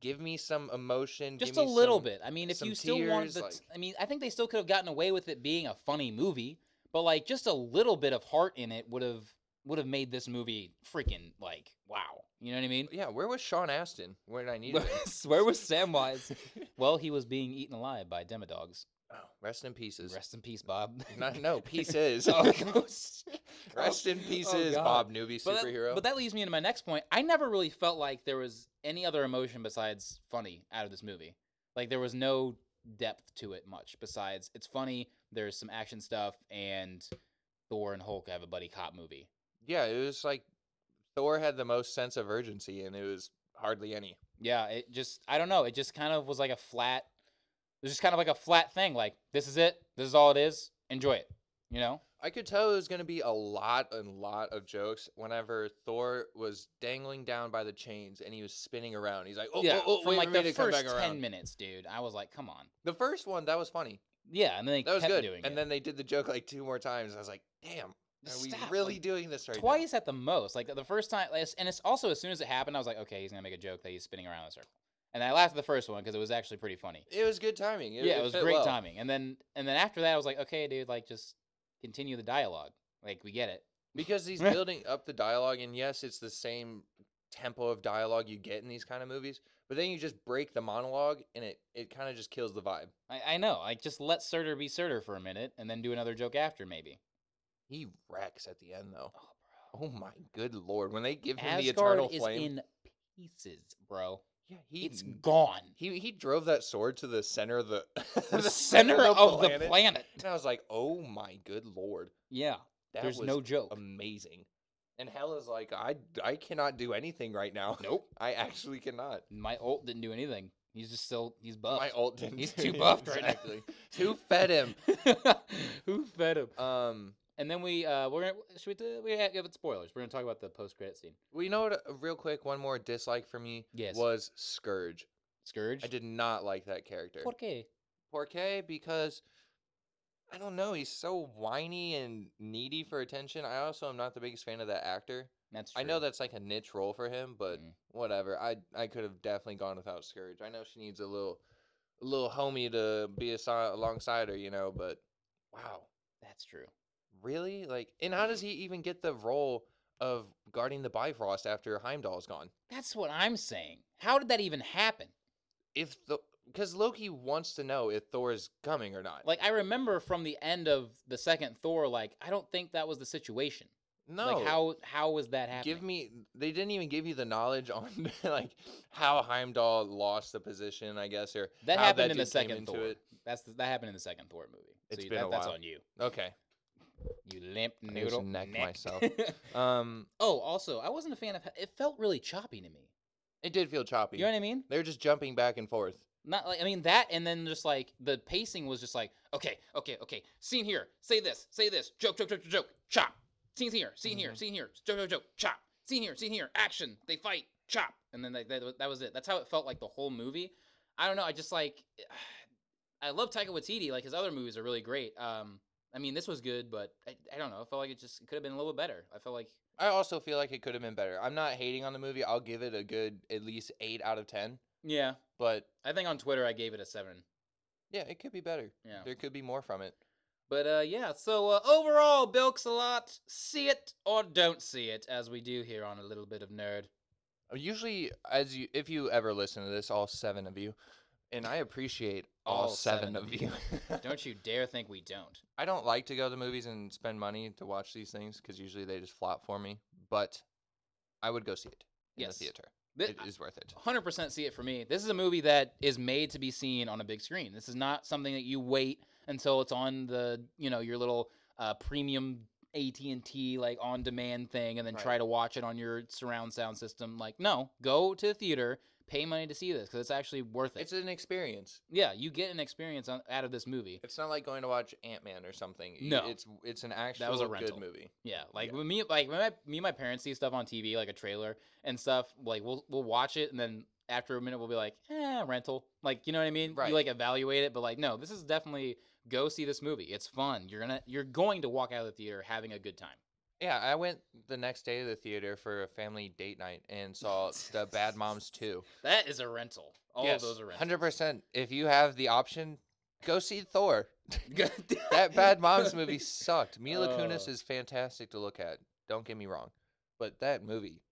Speaker 3: Give me some emotion. give
Speaker 1: just a
Speaker 3: me
Speaker 1: little
Speaker 3: some-
Speaker 1: bit. I mean, if
Speaker 3: some
Speaker 1: you still wanted
Speaker 3: tears,
Speaker 1: the, t-
Speaker 3: like-
Speaker 1: I mean, I think they still could have gotten away with it being a funny movie, but like just a little bit of heart in it would have would have made this movie freaking like wow. You know what I mean?
Speaker 3: Yeah, where was Sean Astin when I needed him?
Speaker 1: Where was Samwise? well, he was being eaten alive by demodogs.
Speaker 3: Oh, rest in pieces.
Speaker 1: Rest in peace, Bob.
Speaker 3: Not, no, pieces.
Speaker 1: Oh, gross.
Speaker 3: rest in
Speaker 1: Oh,
Speaker 3: pieces,
Speaker 1: God.
Speaker 3: Bob Newby,
Speaker 1: But that-
Speaker 3: superhero.
Speaker 1: but that leads me into my next point. I never really felt like there was any other emotion besides funny out of this movie. Like there was no depth to it much besides it's funny. There's some action stuff and Thor and Hulk have a buddy cop movie.
Speaker 3: yeah, it was like Thor had the most sense of urgency, and it was hardly any.
Speaker 1: Yeah, it just I don't know. It just kind of was like a flat. It was just kind of like a flat thing. Like this is it. This is all it is. Enjoy it. You know.
Speaker 3: I could tell it was going to be a lot and lot of jokes whenever Thor was dangling down by the chains and he was spinning around. He's like, oh,
Speaker 1: yeah.
Speaker 3: oh, oh
Speaker 1: from
Speaker 3: wait
Speaker 1: like
Speaker 3: for me
Speaker 1: the
Speaker 3: to come
Speaker 1: first
Speaker 3: back
Speaker 1: ten
Speaker 3: around.
Speaker 1: minutes, dude. I was like, come on.
Speaker 3: The first one, that was funny.
Speaker 1: Yeah, and then they
Speaker 3: That was
Speaker 1: kept
Speaker 3: good.
Speaker 1: doing
Speaker 3: And
Speaker 1: it.
Speaker 3: then they did the joke like two more times. I was like, damn, are we
Speaker 1: Stop,
Speaker 3: really
Speaker 1: like,
Speaker 3: doing this right now?
Speaker 1: twice at the most. Like the first time, like, and it's also as soon as it happened, I was like, okay, he's gonna make a joke that he's spinning around in a circle, and I laughed at the first one because it was actually pretty funny.
Speaker 3: It was good timing. It,
Speaker 1: yeah, it was
Speaker 3: fit
Speaker 1: great
Speaker 3: well.
Speaker 1: timing. And then and then after that, I was like, okay, dude, like just continue the dialogue. Like we get it.
Speaker 3: Because he's building up the dialogue, and yes, it's the same tempo of dialogue you get in these kind of movies, but then you just break the monologue and it, it kind of just kills the vibe.
Speaker 1: I, I know. Like just let Surtur be Surtur for a minute, and then do another joke after maybe.
Speaker 3: He wrecks at the end, though.
Speaker 1: Oh, bro.
Speaker 3: Oh my good lord! When they give him the
Speaker 1: Asgard
Speaker 3: eternal
Speaker 1: is
Speaker 3: flame,
Speaker 1: in pieces, bro.
Speaker 3: yeah, he
Speaker 1: it's
Speaker 3: n-
Speaker 1: gone.
Speaker 3: he he drove that sword to the center of the
Speaker 1: The, center of the planet.
Speaker 3: And I was like, oh my good lord,
Speaker 1: Yeah,
Speaker 3: that
Speaker 1: there's
Speaker 3: was
Speaker 1: no joke.
Speaker 3: amazing. And Hela's like, I I cannot do anything right now.
Speaker 1: nope.
Speaker 3: I actually cannot.
Speaker 1: My ult didn't do anything. He's just still he's buffed.
Speaker 3: My ult didn't.
Speaker 1: He's
Speaker 3: do
Speaker 1: too
Speaker 3: it,
Speaker 1: buffed right now.
Speaker 3: exactly. Who fed him?
Speaker 1: Who fed him?
Speaker 3: Um,
Speaker 1: And then we uh we're gonna should we do, we have, have spoilers. We're gonna talk about the post credit scene.
Speaker 3: well, you know what? uh, Real quick, one more dislike for me
Speaker 1: Yes.
Speaker 3: was Scourge.
Speaker 1: Scourge.
Speaker 3: I did not like that character.
Speaker 1: Okay.
Speaker 3: Porque because I don't know, he's so whiny and needy for attention. I also am not the biggest fan of that actor.
Speaker 1: That's
Speaker 3: I know
Speaker 1: true.
Speaker 3: that's like a niche role for him, but
Speaker 1: Mm.
Speaker 3: whatever. I I could have definitely gone without Scourge. I know she needs a little a little homie to be asi- alongside her, you know, but wow.
Speaker 1: That's true.
Speaker 3: Really? Like and how
Speaker 1: Mm-hmm.
Speaker 3: does he even get the role of guarding the Bifrost after Heimdall's gone?
Speaker 1: That's what I'm saying. How did that even happen?
Speaker 3: If the because Loki wants to know if Thor is coming or not.
Speaker 1: Like I remember from the end of the second Thor, like I don't think that was the situation.
Speaker 3: no.
Speaker 1: Like how how was that happening?
Speaker 3: Give me. They didn't even give you the knowledge on like how Heimdall lost the position, I guess, or
Speaker 1: that
Speaker 3: how
Speaker 1: happened
Speaker 3: that
Speaker 1: in the
Speaker 3: dude came
Speaker 1: second
Speaker 3: into
Speaker 1: Thor.
Speaker 3: it.
Speaker 1: That's the, that happened in the second Thor movie.
Speaker 3: It's
Speaker 1: you-
Speaker 3: been
Speaker 1: that,
Speaker 3: a
Speaker 1: that's
Speaker 3: while.
Speaker 1: on you.
Speaker 3: okay.
Speaker 1: You limp
Speaker 3: just
Speaker 1: noodle.
Speaker 3: necked
Speaker 1: neck.
Speaker 3: myself. Um,
Speaker 1: oh, also, I wasn't a fan of. It felt really choppy to me.
Speaker 3: it did feel choppy.
Speaker 1: You know what I mean?
Speaker 3: They're just jumping back and forth.
Speaker 1: Not like I mean that, and then just like the pacing was just like okay, okay, okay. Scene here, say this, say this, joke, joke, joke, joke, joke, chop. Scenes here, scene here,
Speaker 3: Mhm.
Speaker 1: scene here, joke, joke, joke, chop. Scene here, scene here, action. They fight, chop, and then like, that wa- that was it. That's how it felt like the whole movie. I don't know. I just like I love Taika Waititi. Like his other movies are really great. Um, I mean this was good, but I, I don't know. I felt like it just could have been a little bit better. I felt like
Speaker 3: I also feel like it could have been better. I'm not hating on the movie. I'll give it a good at least eight out of ten.
Speaker 1: yeah.
Speaker 3: But
Speaker 1: I think on Twitter I gave it a seven.
Speaker 3: yeah, it could be better.
Speaker 1: Yeah.
Speaker 3: There could be more from it.
Speaker 1: But uh, yeah, so uh, overall, Bilks a lot. See it or don't see it, as we do here on a little bit of nerd.
Speaker 3: Uh, Usually, as you, if you ever listen to this, all seven of you, and I appreciate all,
Speaker 1: All
Speaker 3: seven,
Speaker 1: seven
Speaker 3: of
Speaker 1: of
Speaker 3: you.
Speaker 1: Don't you dare think we don't.
Speaker 3: I don't like to go to movies and spend money to watch these things because usually they just flop for me. But I would go see it in
Speaker 1: Yes.
Speaker 3: the theater.
Speaker 1: Th- Oh,
Speaker 3: It is worth it.
Speaker 1: 100% see it for me. This is a movie that is made to be seen on a big screen. This is not something that you wait until it's on the, you know, your little uh, premium AT&T like on demand thing and then
Speaker 3: Right.
Speaker 1: try to watch it on your surround sound system. Like, no, go to the theater, pay money to see this cuz it's actually worth it.
Speaker 3: It's an experience.
Speaker 1: yeah, you get an experience on, out of this movie.
Speaker 3: It's not like going to watch Ant Man or something. Y-
Speaker 1: No.
Speaker 3: it's it's an actual
Speaker 1: was a
Speaker 3: good
Speaker 1: rental.
Speaker 3: movie.
Speaker 1: Yeah, like
Speaker 3: Yeah.
Speaker 1: when me, like when my, me and my parents see stuff on TV, like a trailer and stuff. Like we'll we'll watch it, and then after a minute, we'll be like, eh, rental. Like you know what I mean?
Speaker 3: Right.
Speaker 1: You like evaluate it, but like no, this is definitely go see this movie. It's fun. You're gonna you're going to walk out of the theater having a good time.
Speaker 3: Yeah, I went the next day to the theater for a family date night and saw The Bad Moms Two.
Speaker 1: That is a rental. All of those are rentals.
Speaker 3: hundred percent. If you have the option, go see Thor.
Speaker 1: Good-
Speaker 3: that Bad Moms movie sucked. Mila Kunis
Speaker 1: Oh.
Speaker 3: is fantastic to look at. Don't get me wrong, but that movie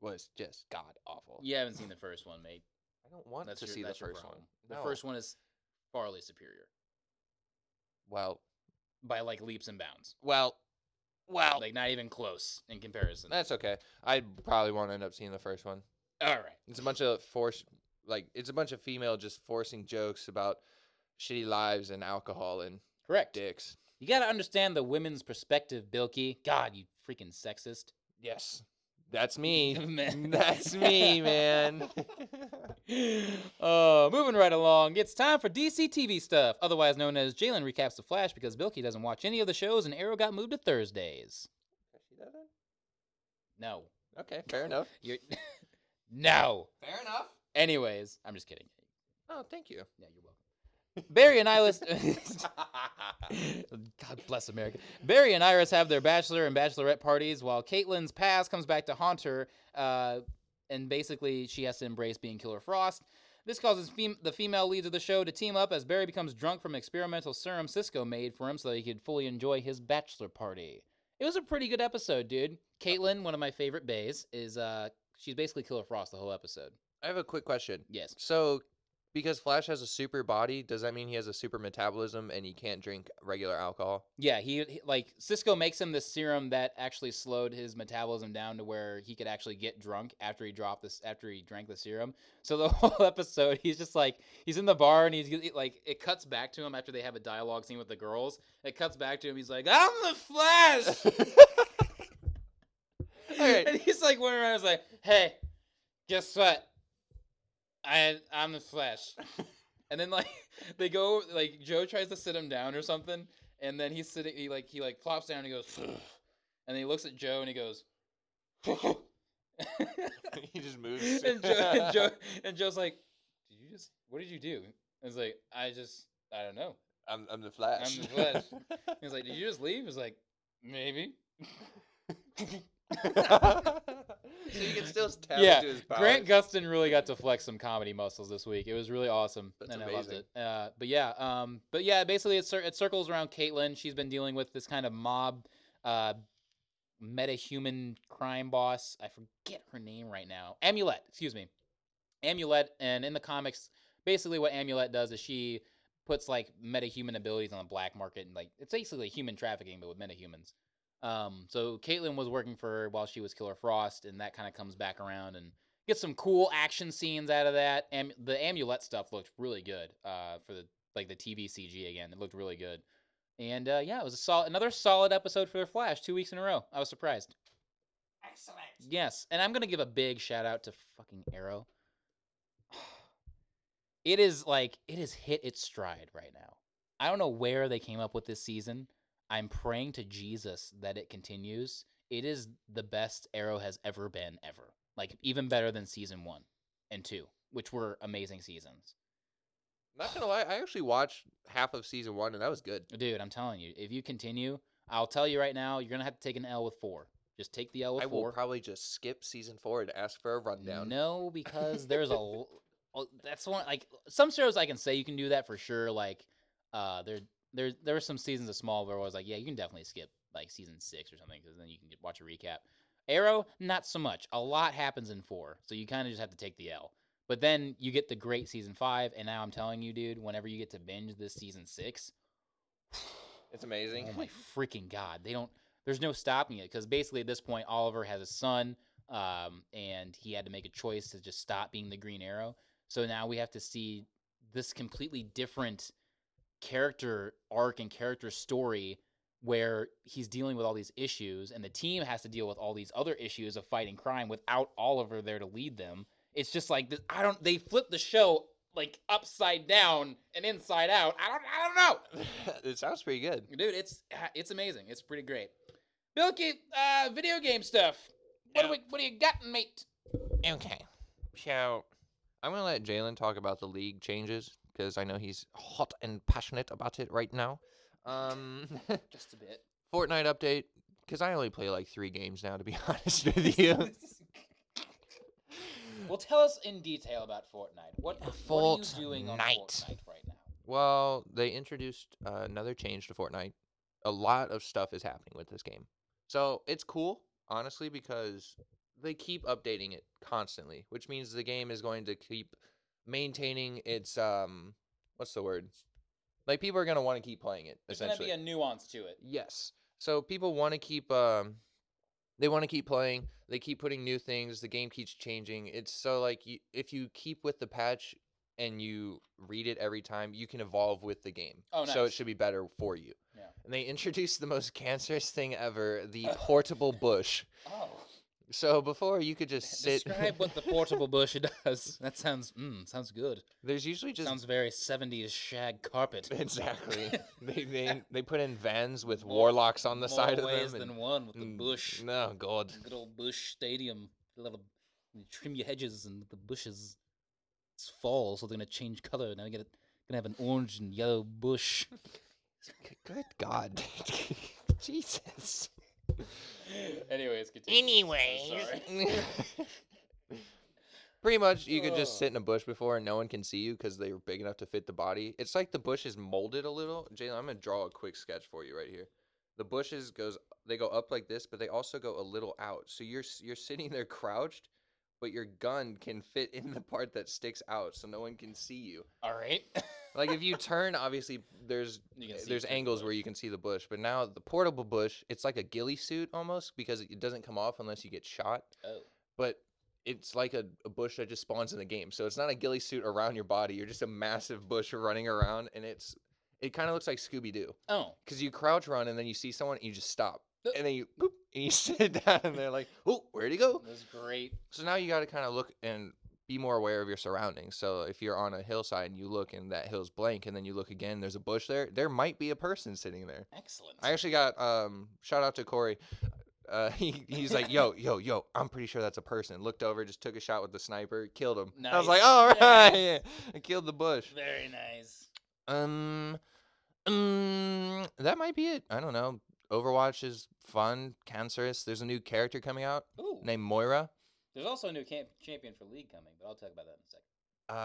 Speaker 3: was just god awful.
Speaker 1: You haven't seen the first one, mate.
Speaker 3: I don't want
Speaker 1: That's
Speaker 3: to
Speaker 1: your,
Speaker 3: see the
Speaker 1: that's your
Speaker 3: first one.
Speaker 1: problem. The first one is farly superior
Speaker 3: Well,
Speaker 1: by like leaps and bounds.
Speaker 3: well, well.
Speaker 1: Like not even close in comparison.
Speaker 3: that's okay. I probably won't end up seeing the first one.
Speaker 1: all right.
Speaker 3: It's a bunch of force, like it's a bunch of female just forcing jokes about shitty lives and alcohol and
Speaker 1: Correct.
Speaker 3: dicks.
Speaker 1: You gotta understand the women's perspective, Bilky. God, you freaking sexist.
Speaker 3: Yes, that's me.
Speaker 1: Man.
Speaker 3: that's me, man.
Speaker 1: Uh, moving right along, it's time for DC TV stuff, otherwise known as Jalen recaps the Flash because Bilky doesn't watch any of the shows, and Arrow got moved to Thursdays. No,
Speaker 3: okay, fair enough.
Speaker 1: you're no.
Speaker 3: Fair enough.
Speaker 1: Anyways, I'm just kidding.
Speaker 3: Oh, thank you.
Speaker 1: Yeah, you're welcome. Barry and Iris. God bless America. Barry and Iris have their bachelor and bachelorette parties while Caitlyn's past comes back to haunt her, uh, and basically she has to embrace being Killer Frost. This causes fem- the female leads of the show to team up as Barry becomes drunk from experimental serum Cisco made for him so that he could fully enjoy his bachelor party. It was a pretty good episode, dude. Caitlyn, one of my favorite bays, is uh, she's basically Killer Frost the whole episode.
Speaker 3: I have a quick question.
Speaker 1: Yes.
Speaker 3: So, because Flash has a super body, does that mean he has a super metabolism and he can't drink regular alcohol?
Speaker 1: Yeah, he, he- like Cisco makes him this serum that actually slowed his metabolism down to where he could actually get drunk after he dropped this after he drank the serum. So the whole episode, he's just like he's in the bar and he's get- like it cuts back to him after they have a dialogue scene with the girls. It cuts back to him. He's like, "I'm the Flash,"
Speaker 3: Alright.
Speaker 1: and he's like running around. He's like, "Hey, guess what? I I'm the Flash." And then like they go like Joe tries to sit him down or something, and then he's sitting he like he like plops down and he goes and he looks at Joe and he goes and,
Speaker 3: he just moves.
Speaker 1: Joe, and Joe and Joe's like, Did you just what did you do? And he's like, I just I don't know.
Speaker 3: I'm, I'm the Flash.
Speaker 1: I'm the He's like, Did you just leave? He's like, Maybe.
Speaker 3: so you can still tap
Speaker 1: Yeah,
Speaker 3: into his powers.
Speaker 1: Grant Gustin really got to flex some comedy muscles this week. It was really awesome,
Speaker 3: That's
Speaker 1: and I loved
Speaker 3: amazing.
Speaker 1: it. Uh, but yeah, um, but yeah, basically it, cir- it circles around Caitlyn. She's been dealing with this kind of mob, uh, meta-human crime boss. I forget her name right now. Amulet, excuse me, Amulet. And in the comics, basically what Amulet does is she puts like meta-human abilities on the black market, and like it's basically human trafficking but with meta-humans. Um, so Caitlyn was working for her while she was Killer Frost, and that kind of comes back around and get some cool action scenes out of that. Am- the amulet stuff looked really good uh, for the like the TV CG again. It looked really good, and uh, yeah, it was a solid another solid episode for their Flash. Two weeks in a row. I was surprised. Excellent. Yes, and I'm gonna give a big shout out to fucking Arrow. It is like it has hit its stride right now. I don't know where they came up with this season. I'm praying to Jesus that it continues. It is the best Arrow has ever been, ever. Like, even better than season one and two, which were amazing seasons.
Speaker 3: Not gonna lie, I actually watched half of season one and that was good.
Speaker 1: Dude, I'm telling you, if you continue, I'll tell you right now, you're going to have to take an L with four. Just take the L with
Speaker 3: I will
Speaker 1: four.
Speaker 3: probably just skip season four and ask for a rundown.
Speaker 1: No, because there's a. l- oh, that's one. Like, some shows I can say you can do that for sure. Like, uh, there, there, there were some seasons of Smallville where I was like, yeah, you can definitely skip like season six or something because then you can get, watch a recap. Arrow, not so much. A lot happens in four, so you kind of just have to take the L. But then you get the great season five, and now I'm telling you, dude, whenever you get to binge this season six,
Speaker 3: It's amazing.
Speaker 1: Oh my freaking god! They don't. There's no stopping it because basically at this point, Oliver has a son, um, and he had to make a choice to just stop being the Green Arrow. So now we have to see this completely different character arc and character story where he's dealing with all these issues, and the team has to deal with all these other issues of fighting crime without Oliver there to lead them. It's just like th- I don't. They flip the show like upside down and inside out. I don't. I don't know
Speaker 3: it sounds pretty good.
Speaker 1: dude it's ah, it's amazing it's pretty great bilky uh video game stuff what do we what do you got mate
Speaker 3: Okay. So I'm gonna let Jalen talk about the league changes because I know he's hot and passionate about it right now. Um,
Speaker 1: just a bit
Speaker 3: Fortnite update because I only play like three games now, to be honest with you.
Speaker 1: well tell us in detail about fortnite what, what are you doing on
Speaker 3: Fortnite.
Speaker 1: fortnite right now
Speaker 3: Well, they introduced uh, another change to Fortnite. A lot of stuff is happening with this game. So it's cool, honestly, because they keep updating it constantly, which means the game is going to keep maintaining its um what's the word? Like people are gonna want to keep playing it,
Speaker 1: there's gonna
Speaker 3: essentially.
Speaker 1: be a nuance to it
Speaker 3: Yes. So people want to keep um they want to keep playing. They keep putting new things. The game keeps changing. It's so like you, if you keep with the patch and you read it every time, you can evolve with the game.
Speaker 1: Oh,
Speaker 3: So it
Speaker 1: nice.
Speaker 3: should be better for you.
Speaker 1: Yeah.
Speaker 3: And they introduced the most cancerous thing ever, the portable bush.
Speaker 1: oh
Speaker 3: So before you could just sit
Speaker 1: describe what the portable bush does that sounds mm, sounds good
Speaker 3: There's usually just
Speaker 1: sounds very 70s shag carpet
Speaker 3: exactly. they they they put in vans with
Speaker 1: More-
Speaker 3: warlocks on the
Speaker 1: More
Speaker 3: side of
Speaker 1: ways
Speaker 3: them. and-
Speaker 1: than one with the
Speaker 3: Mm,
Speaker 1: bush
Speaker 3: No, god.
Speaker 1: Good old bush stadium. A lot of you trim your hedges and the bushes it's fall, so they're gonna change color. Now you're gonna gonna have an orange and yellow bush.
Speaker 3: G- Good God. Jesus.
Speaker 1: Anyways,
Speaker 3: Pretty much, you could
Speaker 1: Ugh.
Speaker 3: just sit in a bush before and no one can see you because they are big enough to fit the body. It's like the bush is molded a little. Jalen, I'm going to draw a quick sketch for you right here. The bushes goes they go up like this, but they also go a little out. So you're s- you're sitting there crouched, but your gun can fit in the part that sticks out, so no one can see you.
Speaker 1: All right.
Speaker 3: Like if you turn, obviously there's
Speaker 1: You can
Speaker 3: uh,
Speaker 1: see
Speaker 3: there's
Speaker 1: through the
Speaker 3: angles where
Speaker 1: bush.
Speaker 3: you can see the bush, but now the portable bush, it's like a ghillie suit almost because it doesn't come off unless you get shot.
Speaker 1: Oh.
Speaker 3: But it's like a, a bush that just spawns in the game, so it's not a ghillie suit around your body. You're just a massive bush running around, and it's it kind of looks like Scooby Doo
Speaker 1: Oh.
Speaker 3: because you crouch run and then you see someone and you just stop
Speaker 1: Uh.
Speaker 3: and then you boop, and you sit down and they're like, oh, where'd he go?
Speaker 1: That's great.
Speaker 3: So now you got to kind of look and be more aware of your surroundings. So if you're on a hillside and you look and that hill's blank, and then you look again, there's a bush there. There might be a person sitting there.
Speaker 1: Excellent.
Speaker 3: I actually got um shout out to Corey. Uh, he, he's like, yo, yo, yo, I'm pretty sure that's a person. Looked over, just took a shot with the sniper, killed him. I was like,
Speaker 1: Nice.
Speaker 3: all right,
Speaker 1: Nice.
Speaker 3: I killed the bush.
Speaker 1: Very nice.
Speaker 3: Um, um, that might be it. I don't know. Overwatch is fun, cancerous. There's a new character coming out
Speaker 1: Ooh.
Speaker 3: named Moira.
Speaker 1: There's also a new camp- champion for league coming, but I'll talk about that in a second.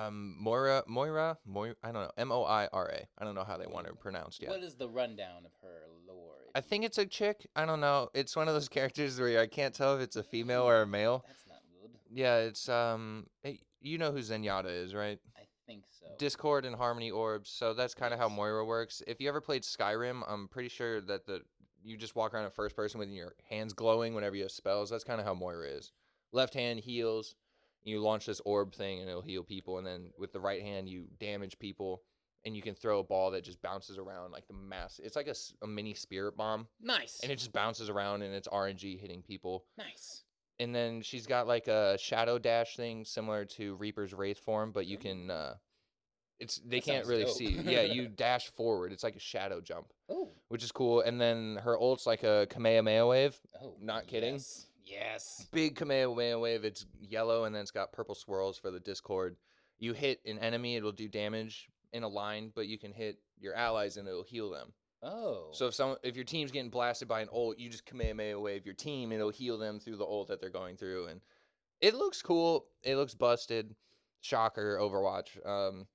Speaker 3: um Moira Moira Moira I don't know M O I R A I don't know how they want her pronounced yet.
Speaker 1: What is the rundown of her lore? if
Speaker 3: I
Speaker 1: you-
Speaker 3: think it's a chick. I don't know. It's one of those characters where I can't tell if it's a female or a male.
Speaker 1: That's not good.
Speaker 3: Yeah, it's um eh, you know who Zenyatta is, right?
Speaker 1: I think so.
Speaker 3: Discord and Harmony Orbs. So that's kind of how
Speaker 1: Yes.
Speaker 3: Moira works. If you ever played Skyrim, I'm pretty sure that the you just walk around in first person with your hands glowing whenever you have spells. That's kind of how Moira is. Left hand heals. You launch this orb thing and it'll heal people, and then with the right hand you damage people, and you can throw a ball that just bounces around like the mass. It's like a, s- a mini spirit bomb,
Speaker 1: nice.
Speaker 3: and it just bounces around and it's RNG hitting people
Speaker 1: nice.
Speaker 3: and then she's got like a shadow dash thing similar to Reaper's Wraith form, but you
Speaker 1: Ooh.
Speaker 3: can uh it's they
Speaker 1: Mm-hmm. That
Speaker 3: can't
Speaker 1: sounds
Speaker 3: really
Speaker 1: dope.
Speaker 3: see. you. Yeah, you dash forward. It's like a shadow jump,
Speaker 1: Ooh.
Speaker 3: which is cool. And then her ult's like a Kamehameha wave.
Speaker 1: Oh,
Speaker 3: Not kidding.
Speaker 1: Yes. yes.
Speaker 3: Big Kamehameha wave. It's yellow and then it's got purple swirls for the discord. You hit an enemy, it'll do damage in a line, but you can hit your allies and it'll heal them.
Speaker 1: Oh.
Speaker 3: So if some if your team's getting blasted by an ult, you just Kamehameha wave your team and it'll heal them through the ult that they're going through. And it looks cool. It looks busted. Shocker, Overwatch. Um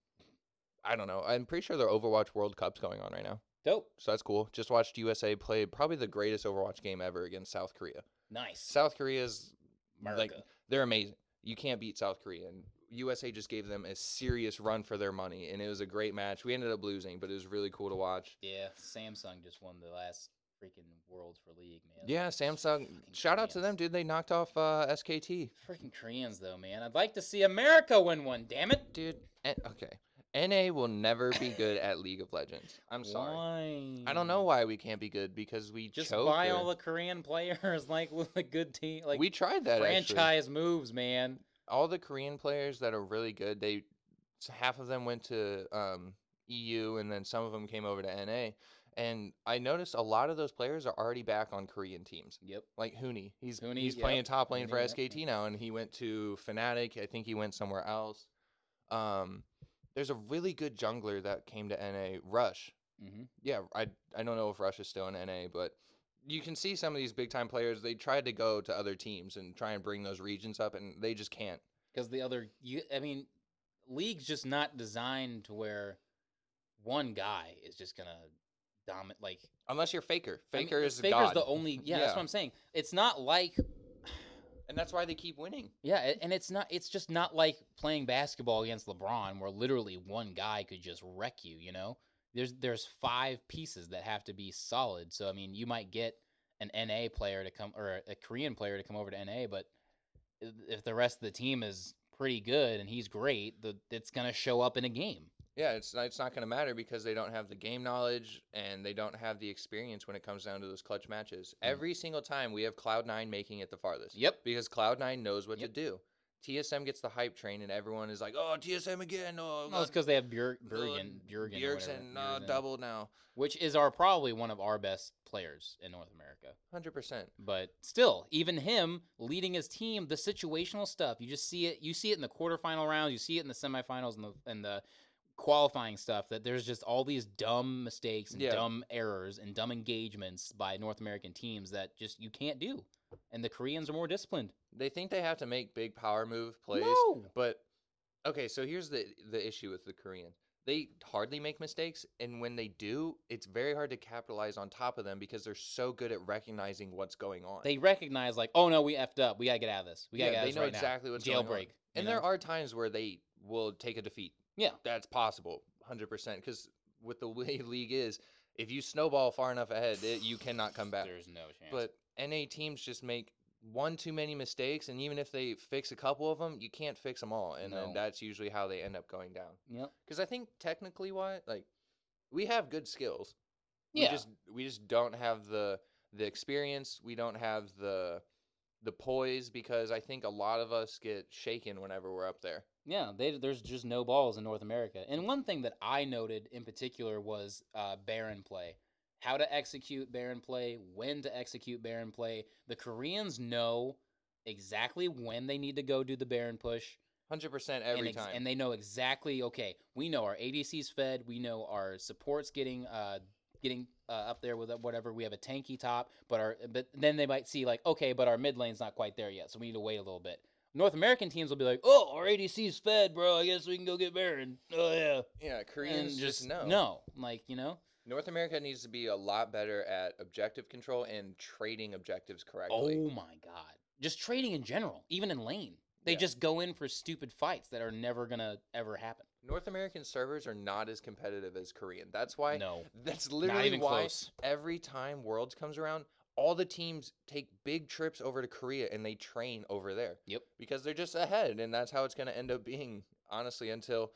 Speaker 3: I don't know. I'm pretty sure the Overwatch World Cup's going on right now.
Speaker 1: dope.
Speaker 3: So that's cool. Just watched USA play probably the greatest Overwatch game ever against South Korea.
Speaker 1: Nice.
Speaker 3: South Korea's
Speaker 1: America.
Speaker 3: they're amazing. You can't beat South Korea and USA just gave them a serious run for their money, and it was a great match. We ended up losing, but it was really cool to watch.
Speaker 1: Yeah, Samsung just won the last freaking Worlds for League, man.
Speaker 3: Yeah, Samsung.
Speaker 1: Fucking
Speaker 3: Shout out to
Speaker 1: Koreans.
Speaker 3: them, dude. They knocked off uh, SKT,
Speaker 1: Freaking Koreans, though, man. I'd like to see America win one. Damn it.
Speaker 3: dude. eh, okay, NA will never be good at League of Legends. I'm sorry. I don't know
Speaker 1: Why.
Speaker 3: why we can't be good because we
Speaker 1: Just
Speaker 3: choke
Speaker 1: buy
Speaker 3: or-
Speaker 1: all the Korean players, like with a good team, like
Speaker 3: we tried that actually.
Speaker 1: franchise moves, man.
Speaker 3: all the Korean players that are really good, they s- half of them went to um, EU and then some of them came over to NA. And I noticed a lot of those players are already back on Korean teams.
Speaker 1: Yep.
Speaker 3: Like Huni, he's
Speaker 1: Huni,
Speaker 3: he's
Speaker 1: yep,
Speaker 3: playing top lane for
Speaker 1: Huni, yep,
Speaker 3: SKT now, and he went to Fnatic. I think he went somewhere else. Um, there's a really good jungler that came to NA, Rush.
Speaker 1: hmm
Speaker 3: Yeah, I I don't know if Rush is still in NA, but you can see some of these big time players. They tried to go to other teams and try and bring those regions up, and they just can't.
Speaker 1: Because the other, you, I mean, league's just not designed to where one guy is just gonna dominate. Like
Speaker 3: Unless you're Faker.
Speaker 1: I mean,
Speaker 3: Faker is
Speaker 1: Faker's
Speaker 3: God.
Speaker 1: the only. Yeah, that's
Speaker 3: Yeah.
Speaker 1: what I'm saying. It's not like
Speaker 3: and that's why they keep winning.
Speaker 1: Yeah, a- and it's not it's just not like playing basketball against LeBron where literally one guy could just wreck you, you know? There's there's five pieces that have to be solid. So I mean, you might get an NA player to come or a Korean player to come over to NA, but i- if the rest of the team is pretty good and he's great, the, it's going to show up in a game.
Speaker 3: Yeah, it's not- it's not going to matter because they don't have the game knowledge and they don't have the experience when it comes down to those clutch matches. Every single time we have Cloud9 making it the farthest.
Speaker 1: Mm. Yep.
Speaker 3: Because Cloud9 knows what
Speaker 1: Yep.
Speaker 3: to do. TSM gets the hype train and everyone is like, "Oh, TSM again." Oh,
Speaker 1: No, it's
Speaker 3: God,
Speaker 1: because they have Bjerg,
Speaker 3: uh,
Speaker 1: Bjergen, Bjergen, or whatever,
Speaker 3: Bjergsen, uh,
Speaker 1: Bjergsen,
Speaker 3: double now.
Speaker 1: which is our probably one of our best players in North America.
Speaker 3: 100%.
Speaker 1: But still, even him leading his team, the situational stuff, you just see it. You see it in the quarterfinal rounds. You see it in the semifinals and the and the qualifying stuff. That there's just all these dumb mistakes and
Speaker 3: Yeah.
Speaker 1: dumb errors and dumb engagements by North American teams that just you can't do. And the Koreans are more disciplined.
Speaker 3: They think they have to make big power move plays.
Speaker 1: No.
Speaker 3: But okay, so here's the the issue with the Korean. They hardly make mistakes, and when they do, it's very hard to capitalize on top of them because they're so good at recognizing what's going on.
Speaker 1: They recognize like, oh no, we effed up. We gotta get out of this. We gotta
Speaker 3: yeah,
Speaker 1: get out of
Speaker 3: they
Speaker 1: this
Speaker 3: know
Speaker 1: right
Speaker 3: exactly
Speaker 1: now.
Speaker 3: what's
Speaker 1: Jailbreak.
Speaker 3: going on.
Speaker 1: you
Speaker 3: And
Speaker 1: know?
Speaker 3: there are times where they will take a defeat.
Speaker 1: Yeah.
Speaker 3: That's possible, hundred percent. Because with the way league is, if you snowball far enough ahead, it, you cannot come back.
Speaker 1: There's no chance.
Speaker 3: But NA teams just make one too many mistakes, and even if they fix a couple of them, you can't fix them all, and
Speaker 1: No.
Speaker 3: then that's usually how they end up going down.
Speaker 1: yep.
Speaker 3: Because I think technically, why like we have good skills,
Speaker 1: Yeah.
Speaker 3: we just we just don't have the the experience, we don't have the the poise because I think a lot of us get shaken whenever we're up there.
Speaker 1: Yeah, they, there's just no balls in North America. And one thing that I noted in particular was uh, Baron play. How to execute Baron play, when to execute Baron play. The Koreans know exactly when they need to go do the Baron push.
Speaker 3: Hundred percent
Speaker 1: and
Speaker 3: every
Speaker 1: ex-
Speaker 3: time.
Speaker 1: And they know exactly, okay, we know our ADC's fed. We know our support's getting uh, getting uh, up there with whatever. We have a tanky top, but our but then they might see like, okay, but our mid lane's not quite there yet, so we need to wait a little bit. North American teams will be like, oh, our ADC's fed, bro. I guess we can go get Baron. Oh yeah,
Speaker 3: yeah,
Speaker 1: and
Speaker 3: Koreans just, know.
Speaker 1: no, like you know,
Speaker 3: North America needs to be a lot better at objective control and trading objectives correctly.
Speaker 1: oh my god, just trading in general, even in lane. They
Speaker 3: Yeah.
Speaker 1: just go in for stupid fights that are never gonna ever happen.
Speaker 3: North American servers are not as competitive as Korean. That's why.
Speaker 1: No,
Speaker 3: That's
Speaker 1: not
Speaker 3: literally
Speaker 1: even
Speaker 3: why
Speaker 1: close.
Speaker 3: every time Worlds comes around, all the teams take big trips over to Korea and they train over there.
Speaker 1: Yep.
Speaker 3: Because they're just ahead, and that's how it's going to end up being, honestly, until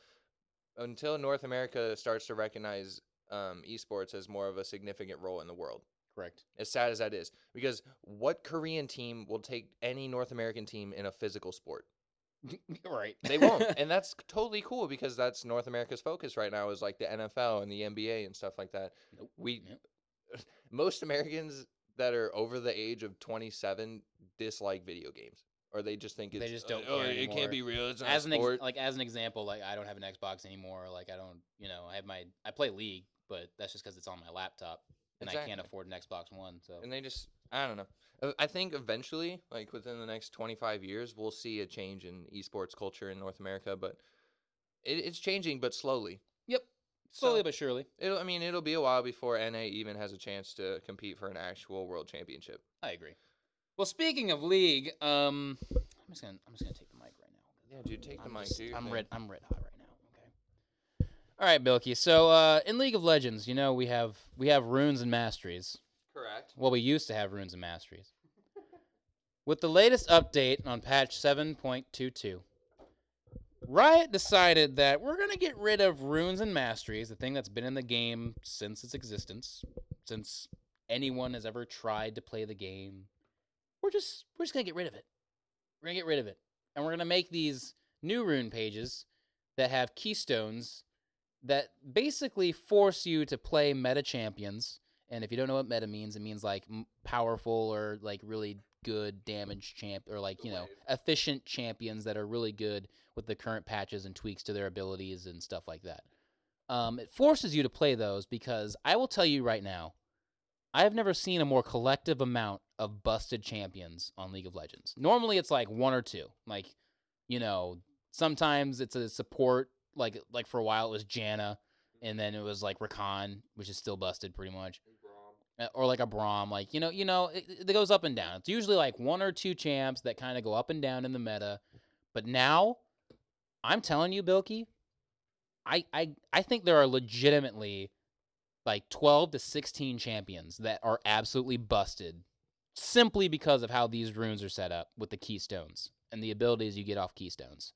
Speaker 3: until North America starts to recognize um, esports as more of a significant role in the world.
Speaker 1: Correct.
Speaker 3: As sad as that is, because what Korean team will take any North American team in a physical sport?
Speaker 1: right.
Speaker 3: They won't, and that's totally cool because that's North America's focus right now is like the NFL and the NBA and stuff like that.
Speaker 1: Nope.
Speaker 3: We
Speaker 1: Nope.
Speaker 3: most Americans that are over the age of 27 dislike video games, or they just think
Speaker 1: They
Speaker 3: it's
Speaker 1: just don't
Speaker 3: Oh,
Speaker 1: care
Speaker 3: it
Speaker 1: anymore."
Speaker 3: can't be real. It's not
Speaker 1: as
Speaker 3: a
Speaker 1: an ex-
Speaker 3: sport.
Speaker 1: like as an example, like I don't have an Xbox anymore. Like I don't, you know, I have my I play League, but that's just because it's on my laptop and I can't
Speaker 3: Exactly.
Speaker 1: afford an Xbox One. So
Speaker 3: and they just I don't know. Uh, I think eventually, like within the next 25 years, we'll see a change in esports culture in North America, but it, it's changing, but slowly.
Speaker 1: yep, slowly
Speaker 3: So-
Speaker 1: but surely.
Speaker 3: It'll, I mean, it'll be a while before NA even has a chance to compete for an actual world championship.
Speaker 1: I agree. Well, speaking of League, um, I'm just gonna I'm just gonna take the mic right now.
Speaker 3: Yeah, dude, take the
Speaker 1: I'm
Speaker 3: mic,
Speaker 1: just-
Speaker 3: dude.
Speaker 1: I'm red. I'm red hot right now. Okay. All right, Bilky. So uh, in League of Legends, you know we have we have runes and masteries.
Speaker 3: Correct.
Speaker 1: Well, we used to have runes and masteries. With the latest update on patch 7.22, Riot decided that we're going to get rid of runes and masteries, the thing that's been in the game since its existence, since anyone has ever tried to play the game. We're just we're just going to get rid of it. We're going to get rid of it. And we're going to make these new rune pages that have keystones that basically force you to play meta champions and if you don't know what meta means, it means like m- powerful or like really good damage champ or like, you know, efficient champions that are really good with the current patches and tweaks to their abilities and stuff like that. Um, it forces you to play those because I will tell you right now, I have never seen a more collective amount of busted champions on League of Legends. Normally it's like one or two. Like, you know, sometimes it's a support like like for a while it was Janna and then it was like Rakan, which is still busted pretty much uh, or like a Braum, like you know, you know, it, it goes up and down. It's usually like one or two champs that kind of go up and down in the meta. But now, I'm telling you, Bilky, I I I think there are legitimately like 12 to 16 champions that are absolutely busted simply because of how these runes are set up with the keystones and the abilities you get off keystones.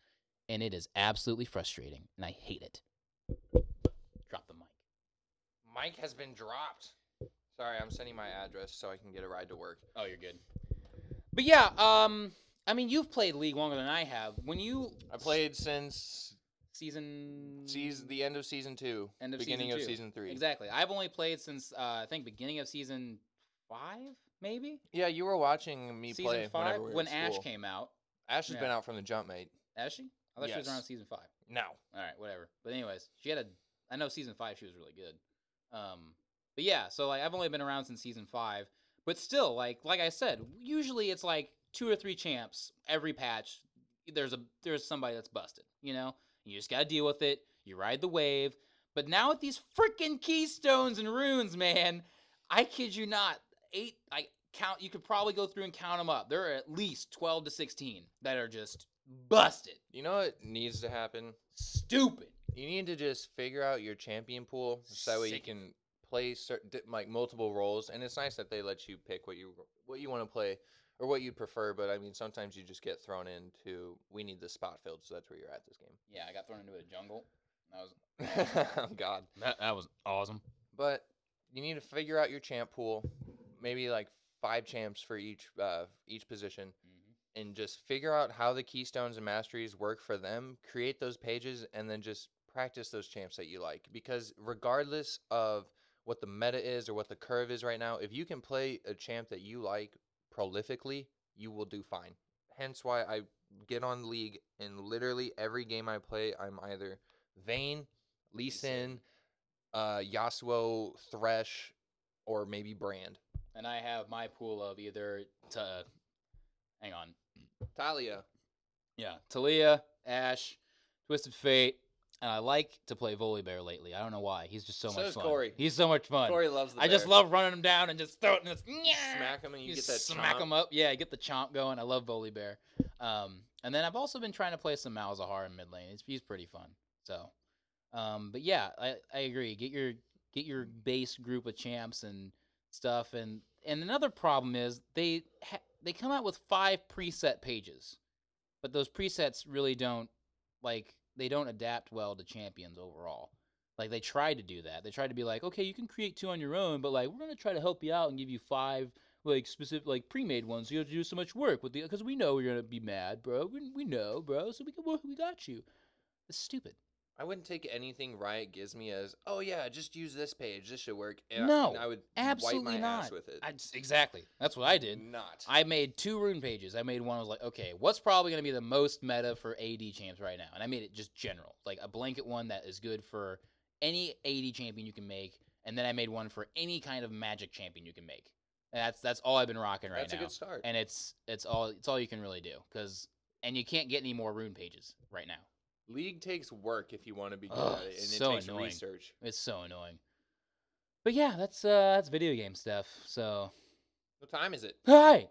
Speaker 1: And it is absolutely frustrating, and I hate it. Drop the mic.
Speaker 3: Mike has been dropped. Sorry, I'm sending my address so I can get a ride to work.
Speaker 1: Oh, you're good. But yeah, um, I mean, you've played League longer than I have. When you
Speaker 3: I played since
Speaker 1: season
Speaker 3: season, the end of season two,
Speaker 1: End of
Speaker 3: beginning
Speaker 1: season
Speaker 3: of
Speaker 1: two.
Speaker 3: season three.
Speaker 1: exactly. I've only played since uh, I think beginning of season five, maybe
Speaker 3: Yeah, you were watching me
Speaker 1: season
Speaker 3: play
Speaker 1: five
Speaker 3: whenever we were
Speaker 1: when
Speaker 3: at
Speaker 1: Ash
Speaker 3: school.
Speaker 1: came out.
Speaker 3: Ash has
Speaker 1: Yeah.
Speaker 3: been out from the jump, mate.
Speaker 1: Has she? I thought she was around
Speaker 3: Yes.
Speaker 1: season five.
Speaker 3: No.
Speaker 1: All right, whatever. But anyways, she had a. I know season five she was really good. Um, but yeah, so like I've only been around since season five, but still, like like I said, usually it's like two or three champs every patch. There's a there's somebody that's busted, you know. You just gotta deal with it. You ride the wave. But now with these freaking keystones and runes, man, I kid you not, eight. I count. You could probably go through and count them up. There are at least twelve to sixteen that are just busted,
Speaker 3: You know what needs to happen?
Speaker 1: stupid.
Speaker 3: You need to just figure out your champion pool so that way you
Speaker 1: Sick.
Speaker 3: can play certain like multiple roles. And it's nice that they let you pick what you what you want to play or what you prefer. But I mean, sometimes you just get thrown into we need the spot filled, so that's where you're at this
Speaker 1: Yeah, I got thrown into a jungle. That was
Speaker 3: game. oh God.
Speaker 1: that, that was awesome.
Speaker 3: But you need to figure out your champ pool, maybe like five champs for each uh, each position,
Speaker 1: Mm-hmm.
Speaker 3: and just figure out how the keystones and masteries work for them. Create those pages, and then just practice those champs that you like. Because regardless of what the meta is or what the curve is right now, if you can play a champ that you like prolifically, you will do fine. Hence why I get on League and literally every game I play, I'm either Vayne, Lee
Speaker 1: Lee Sin.
Speaker 3: Sin, uh, Yasuo, Thresh, or maybe Brand.
Speaker 1: And I have my pool of either to, hang on,
Speaker 3: Talia.
Speaker 1: yeah, Talia, Ash, Twisted Fate, and I like to play Volibear lately. I don't know why. He's just so,
Speaker 3: So
Speaker 1: much
Speaker 3: does
Speaker 1: fun.
Speaker 3: Corey.
Speaker 1: He's so much fun.
Speaker 3: Corey loves the
Speaker 1: I just
Speaker 3: bear.
Speaker 1: love running him down and just throw it and just
Speaker 3: You smack him and you,
Speaker 1: You
Speaker 3: get that
Speaker 1: smack
Speaker 3: chomp.
Speaker 1: him up. Yeah, get the chomp going. I love Volibear. Um, and then I've also been trying to play some Malzahar in mid lane. He's, he's pretty fun. So, um, but yeah, I, I agree. Get your get your base group of champs and stuff. And and another problem is they ha- they come out with five preset pages, but those presets really don't like they don't adapt well to champions overall. Like they tried to do that. They tried to be like, okay, you can create two on your own, but like we're gonna try to help you out and give you five like specific like pre-made ones. So you don't have to do so much work with the because we know you're gonna be mad, bro. We, we know, bro. So we can we got you. It's stupid.
Speaker 3: I wouldn't take anything Riot gives me as, oh yeah, just use this page. This should work. And I-
Speaker 1: No,
Speaker 3: and I would
Speaker 1: absolutely
Speaker 3: wipe my ass
Speaker 1: not.
Speaker 3: with it.
Speaker 1: I just- exactly. That's what I did.
Speaker 3: Not.
Speaker 1: I made two rune pages. I made one. I was like, okay, what's probably going to be the most meta for AD champs right now? And I made it just general, like a blanket one that is good for any AD champion you can make. And then I made one for any kind of magic champion you can make. And that's that's all I've been rocking right
Speaker 3: That's
Speaker 1: now.
Speaker 3: a good start.
Speaker 1: and it's it's all it's all you can really do because and you can't get any more rune pages right now.
Speaker 3: League takes work if you want to be good
Speaker 1: Ugh,
Speaker 3: at it, and
Speaker 1: so
Speaker 3: it takes
Speaker 1: annoying.
Speaker 3: research.
Speaker 1: It's so annoying. But yeah, that's uh that's video game stuff. So
Speaker 3: What time is it?
Speaker 1: hi,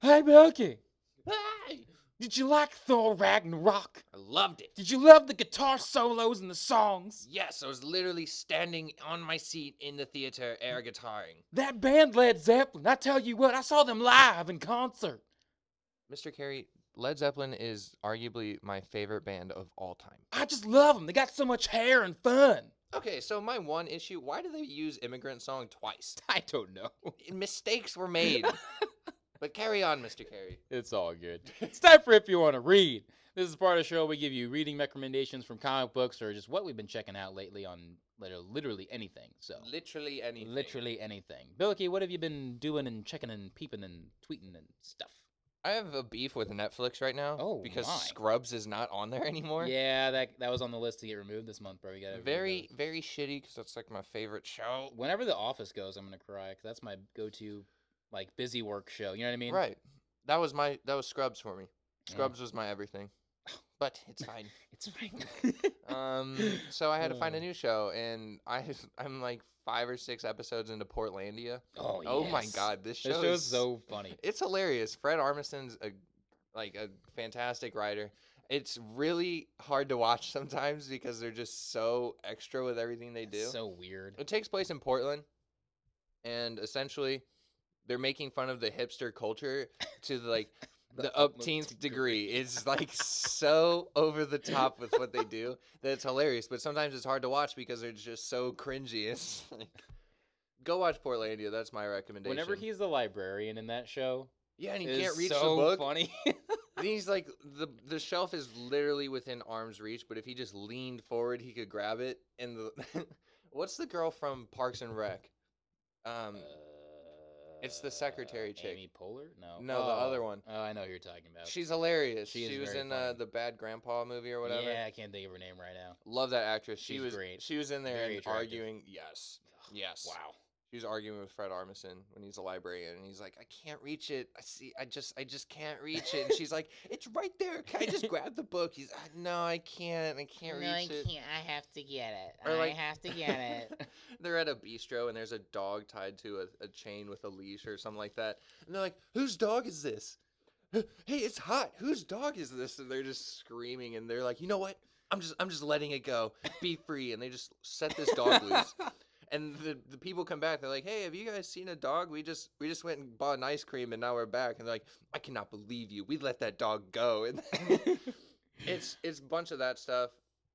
Speaker 1: hi, Milky. Hey, did you like Thor Ragnarok?
Speaker 2: I loved it.
Speaker 1: Did you love the guitar solos and the songs?
Speaker 2: Yes, I was literally standing on my seat in the theater
Speaker 1: Mm.
Speaker 2: air guitaring.
Speaker 1: That band Led Zeppelin, I tell you what, I saw them live in concert.
Speaker 3: Mr. Carey, Led Zeppelin is arguably my favorite band of all time.
Speaker 1: I just love them. They got so much hair and fun.
Speaker 3: Okay, so my one issue, why do they use immigrant song twice?
Speaker 1: I don't know.
Speaker 3: Mistakes were made. but carry on, Mr. Carey.
Speaker 1: It's all good. It's time for if you want to read. This is part of the show we give you reading recommendations from comic books or just what we've been checking out lately on lit- literally anything. So
Speaker 3: Literally anything.
Speaker 1: literally anything. Billicky, what have you been doing and checking and peeping and tweeting and stuff?
Speaker 3: I have a beef with Netflix right now
Speaker 1: Oh,
Speaker 3: because
Speaker 1: my.
Speaker 3: Scrubs is not on there anymore.
Speaker 1: Yeah, that that was on the list to get removed this month, bro. We got
Speaker 3: Very, very shitty because that's like my favorite show.
Speaker 1: Whenever The Office goes, I'm gonna cry because that's my go-to, like busy work show. You know what I mean?
Speaker 3: Right. That was my that was Scrubs for me. Scrubs was my everything. But it's fine.
Speaker 1: It's fine.
Speaker 3: um so I had to find a
Speaker 1: Oh.
Speaker 3: new show and I I'm like 5 or 6 episodes into Portlandia.
Speaker 1: oh,
Speaker 3: Oh my
Speaker 1: yes.
Speaker 3: god, this show
Speaker 1: This show's
Speaker 3: is
Speaker 1: so funny.
Speaker 3: It's hilarious. Fred Armisen's a like a fantastic writer. It's really hard to watch sometimes because they're just so extra with everything they do.
Speaker 1: It's so weird.
Speaker 3: It takes place in Portland, and essentially, they're making fun of the hipster culture to the, like the, upteenth degree. It's like so over the top with what they do that it's hilarious. But sometimes it's hard to watch because they're just so cringy. It's like, go watch Portlandia. That's my recommendation.
Speaker 1: Whenever he's the librarian in that show,
Speaker 3: yeah, and he
Speaker 1: it is
Speaker 3: can't reach
Speaker 1: so
Speaker 3: the book.
Speaker 1: funny.
Speaker 3: And He's like the the shelf is literally within arm's reach, but if he just leaned forward, he could grab it. And the what's the girl from Parks and Rec? Um, it's the secretary
Speaker 1: Uh,
Speaker 3: chick.
Speaker 1: Amy Poehler? No.
Speaker 3: No, the other one.
Speaker 1: Oh, I know who you're talking about.
Speaker 3: she's hilarious.
Speaker 1: she
Speaker 3: She,
Speaker 1: is
Speaker 3: was
Speaker 1: very
Speaker 3: in uh,
Speaker 1: funny.
Speaker 3: the Bad Grandpa movie or whatever.
Speaker 1: Yeah, I can't think of her name right now.
Speaker 3: Love that actress. She
Speaker 1: She's
Speaker 3: was
Speaker 1: great.
Speaker 3: She was in there
Speaker 1: Very
Speaker 3: and
Speaker 1: attractive.
Speaker 3: arguing. Yes, yes.
Speaker 1: Wow.
Speaker 3: She was arguing with Fred Armisen when he's a librarian, and he's like, "I can't reach it. I see. I just, I just can't reach it." And she's like, "It's right there. Can I just grab the book?" He's, "Ah, "No, I can't. I can't reach it."
Speaker 1: I have to get it.
Speaker 3: Or, I like-
Speaker 1: have to
Speaker 3: they're at a bistro and there's a dog tied to a, a chain with a leash or something like that. And they're like, whose dog is this? Hey, it's hot. Whose dog is this? And they're just screaming and they're like, you know what? I'm just I'm just letting it go. Be free. And they just set this dog loose. And the, the people come back, they're like, Hey, have you guys seen a dog? We just we just went and bought an ice cream and now we're back. And they're like, I cannot believe you. We let that dog go. And it's it's a bunch of that stuff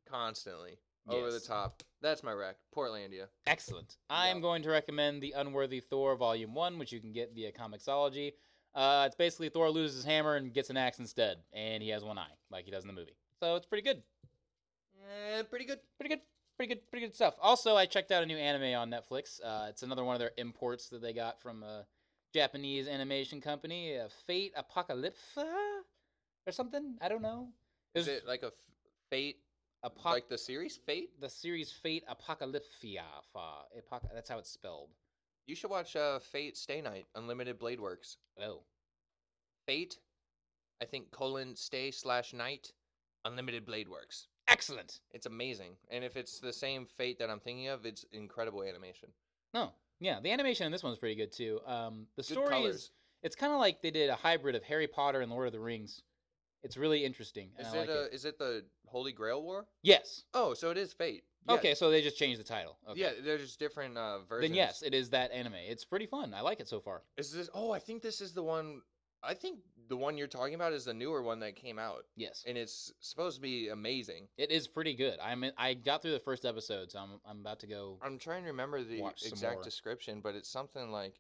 Speaker 3: constantly. Over the
Speaker 1: Yes.
Speaker 3: top. That's my rec. Portlandia.
Speaker 1: Excellent. I'm
Speaker 3: Yeah.
Speaker 1: going to recommend The Unworthy Thor Volume 1, which you can get via Comixology. Uh, it's basically Thor loses his hammer and gets an axe instead, and he has one eye, like he does in the movie. So it's pretty good.
Speaker 3: Eh, pretty good.
Speaker 1: pretty good pretty good pretty good stuff also i checked out a new anime on netflix uh, it's another one of their imports that they got from a japanese animation company uh, fate apocalypse or something i don't know
Speaker 3: Is
Speaker 1: There's
Speaker 3: it like a f- fate,
Speaker 1: apoc-
Speaker 3: like the series Fate?
Speaker 1: the series fate apocalypsia fa, apoc- that's how it's spelled
Speaker 3: You should watch uh, Fate Stay Night, Unlimited Blade Works.
Speaker 1: oh
Speaker 3: Fate, I think colon stay slash night, Unlimited Blade Works.
Speaker 1: excellent
Speaker 3: It's amazing, and if it's the same Fate that I'm thinking of, it's incredible animation.
Speaker 1: no yeah the animation in this one's pretty good too um, the
Speaker 3: Good
Speaker 1: story
Speaker 3: colors.
Speaker 1: is it's kind of like they did a hybrid of harry potter and lord of the rings it's really interesting and
Speaker 3: Is
Speaker 1: I
Speaker 3: it,
Speaker 1: like
Speaker 3: uh,
Speaker 1: it
Speaker 3: is it the Holy Grail War?
Speaker 1: yes
Speaker 3: Oh, so it is Fate. Yeah.
Speaker 1: okay so they just changed the title okay.
Speaker 3: Yeah, they're just different uh, versions.
Speaker 1: Then yes, it is that anime. It's pretty fun. I like it so far.
Speaker 3: Is this? Oh, I think this is the one. I think the one you're talking about is the newer one that came out,
Speaker 1: Yes,
Speaker 3: and it's supposed to be amazing.
Speaker 1: it is pretty good. I'm in- I got through the first episode, so I'm I'm about to go.
Speaker 3: I'm trying to remember the
Speaker 1: watch some
Speaker 3: exact
Speaker 1: more.
Speaker 3: description, but it's something like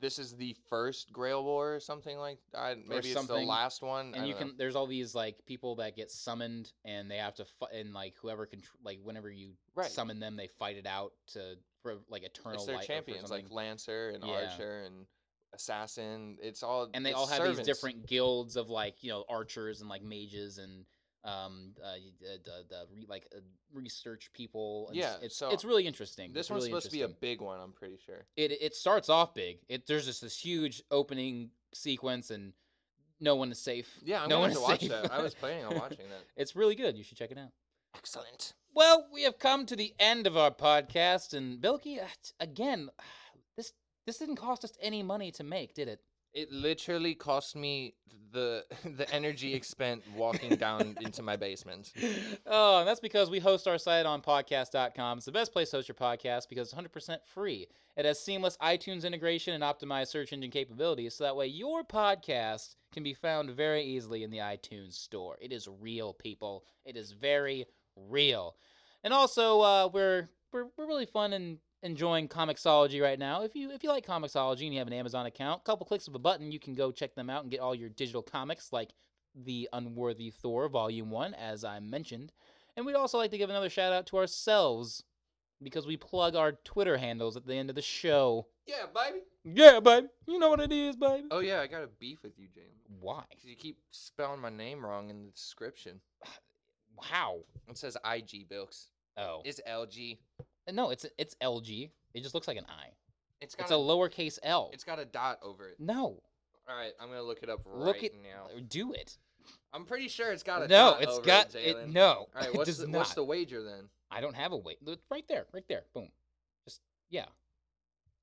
Speaker 3: this is the first Grail War or something like I maybe it's the
Speaker 1: something,
Speaker 3: last one. I
Speaker 1: And you
Speaker 3: don't know.
Speaker 1: can there's all these like people that get summoned and they have to fight and like whoever can like whenever you
Speaker 3: Right.
Speaker 1: summon them they fight it out to for, like eternal
Speaker 3: it's their
Speaker 1: life or
Speaker 3: champions like
Speaker 1: something.
Speaker 3: Lancer and
Speaker 1: Yeah.
Speaker 3: Archer and Assassin. It's all
Speaker 1: and they
Speaker 3: it's
Speaker 1: all have these
Speaker 3: servants.
Speaker 1: different guilds of like you know archers and like mages and um uh, the, the, the re, like uh, research people. And s-
Speaker 3: Yeah,
Speaker 1: it's
Speaker 3: so
Speaker 1: it's really interesting.
Speaker 3: This
Speaker 1: It's
Speaker 3: one's
Speaker 1: really
Speaker 3: supposed to be a
Speaker 1: interesting.
Speaker 3: big one. I'm pretty sure.
Speaker 1: it it starts off big. It there's just this huge opening sequence and no one is safe.
Speaker 3: Yeah, I'm
Speaker 1: no
Speaker 3: going
Speaker 1: one
Speaker 3: to
Speaker 1: is
Speaker 3: watch
Speaker 1: safe.
Speaker 3: that. I was planning on watching that.
Speaker 1: it's really good. You should check it out.
Speaker 2: Excellent.
Speaker 1: Well, we have come to the end of our podcast, and Bilky, uh, t- again, this this didn't cost us any money to make, did it?
Speaker 3: It literally cost me the the energy expent walking down into my basement.
Speaker 1: oh, and that's because we host our site on podcast.com. It's the best place to host your podcast because it's 100% free. It has seamless iTunes integration and optimized search engine capabilities, so that way your podcast can be found very easily in the iTunes store. It is real, people. It is very real. And also, uh, we're, we're we're really fun and enjoying Comixology right now. If you if you like Comixology and you have an Amazon account, a couple clicks of a button, you can go check them out and get all your digital comics like the Unworthy Thor Volume 1, as I mentioned. And we'd also like to give another shout out to ourselves because we plug our Twitter handles at the end of the show.
Speaker 3: Yeah, baby.
Speaker 1: Yeah, babe. You know what it is, babe.
Speaker 3: Oh yeah, I got a beef with you, James.
Speaker 1: Why?
Speaker 3: 'Cause you keep spelling my name wrong in the description.
Speaker 1: How?
Speaker 3: It says IG Bilks.
Speaker 1: Oh. Uh,
Speaker 3: It's LG.
Speaker 1: no, it's it's LG. It just looks like an I.
Speaker 3: It's got
Speaker 1: It's a
Speaker 3: a,
Speaker 1: lowercase L.
Speaker 3: it's got a dot over it.
Speaker 1: no.
Speaker 3: All right, I'm gonna look it up right
Speaker 1: Look it-
Speaker 3: now.
Speaker 1: Do it.
Speaker 3: I'm pretty sure it's got a
Speaker 1: no,
Speaker 3: dot
Speaker 1: it's
Speaker 3: over
Speaker 1: got
Speaker 3: it. Jalen.
Speaker 1: no.
Speaker 3: All right,
Speaker 1: it
Speaker 3: what's
Speaker 1: does
Speaker 3: the,
Speaker 1: not.
Speaker 3: what's the wager then?
Speaker 1: I don't have a wait. Look, Right there, right there. Boom. Just yeah.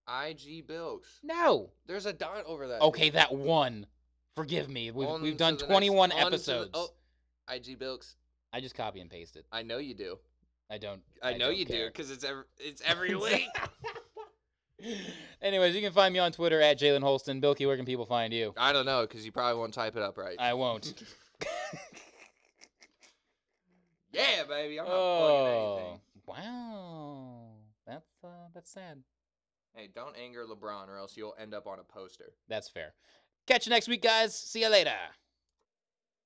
Speaker 3: IG Bilks.
Speaker 1: No.
Speaker 3: There's a dot over that.
Speaker 1: Okay, that one. Forgive me. We've,
Speaker 3: On
Speaker 1: we've
Speaker 3: to
Speaker 1: done
Speaker 3: the next-
Speaker 1: 21
Speaker 3: on to the-
Speaker 1: episodes.
Speaker 3: oh, IG Bilks.
Speaker 1: I just copy and paste it.
Speaker 3: I know you do.
Speaker 1: I don't.
Speaker 3: I, know
Speaker 1: don't
Speaker 3: you do
Speaker 1: care.
Speaker 3: because it's every it's every week.
Speaker 1: Anyways, you can find me on Twitter at Jalen Holston. Bilky, where can people find you?
Speaker 3: I don't know because you probably won't type it up right.
Speaker 1: I won't.
Speaker 3: yeah, baby. I'm not plugging
Speaker 1: oh,
Speaker 3: anything.
Speaker 1: wow. That's uh, that's sad.
Speaker 3: Hey, don't anger LeBron or else you'll end up on a poster.
Speaker 1: That's fair. Catch you next week, guys. See you later.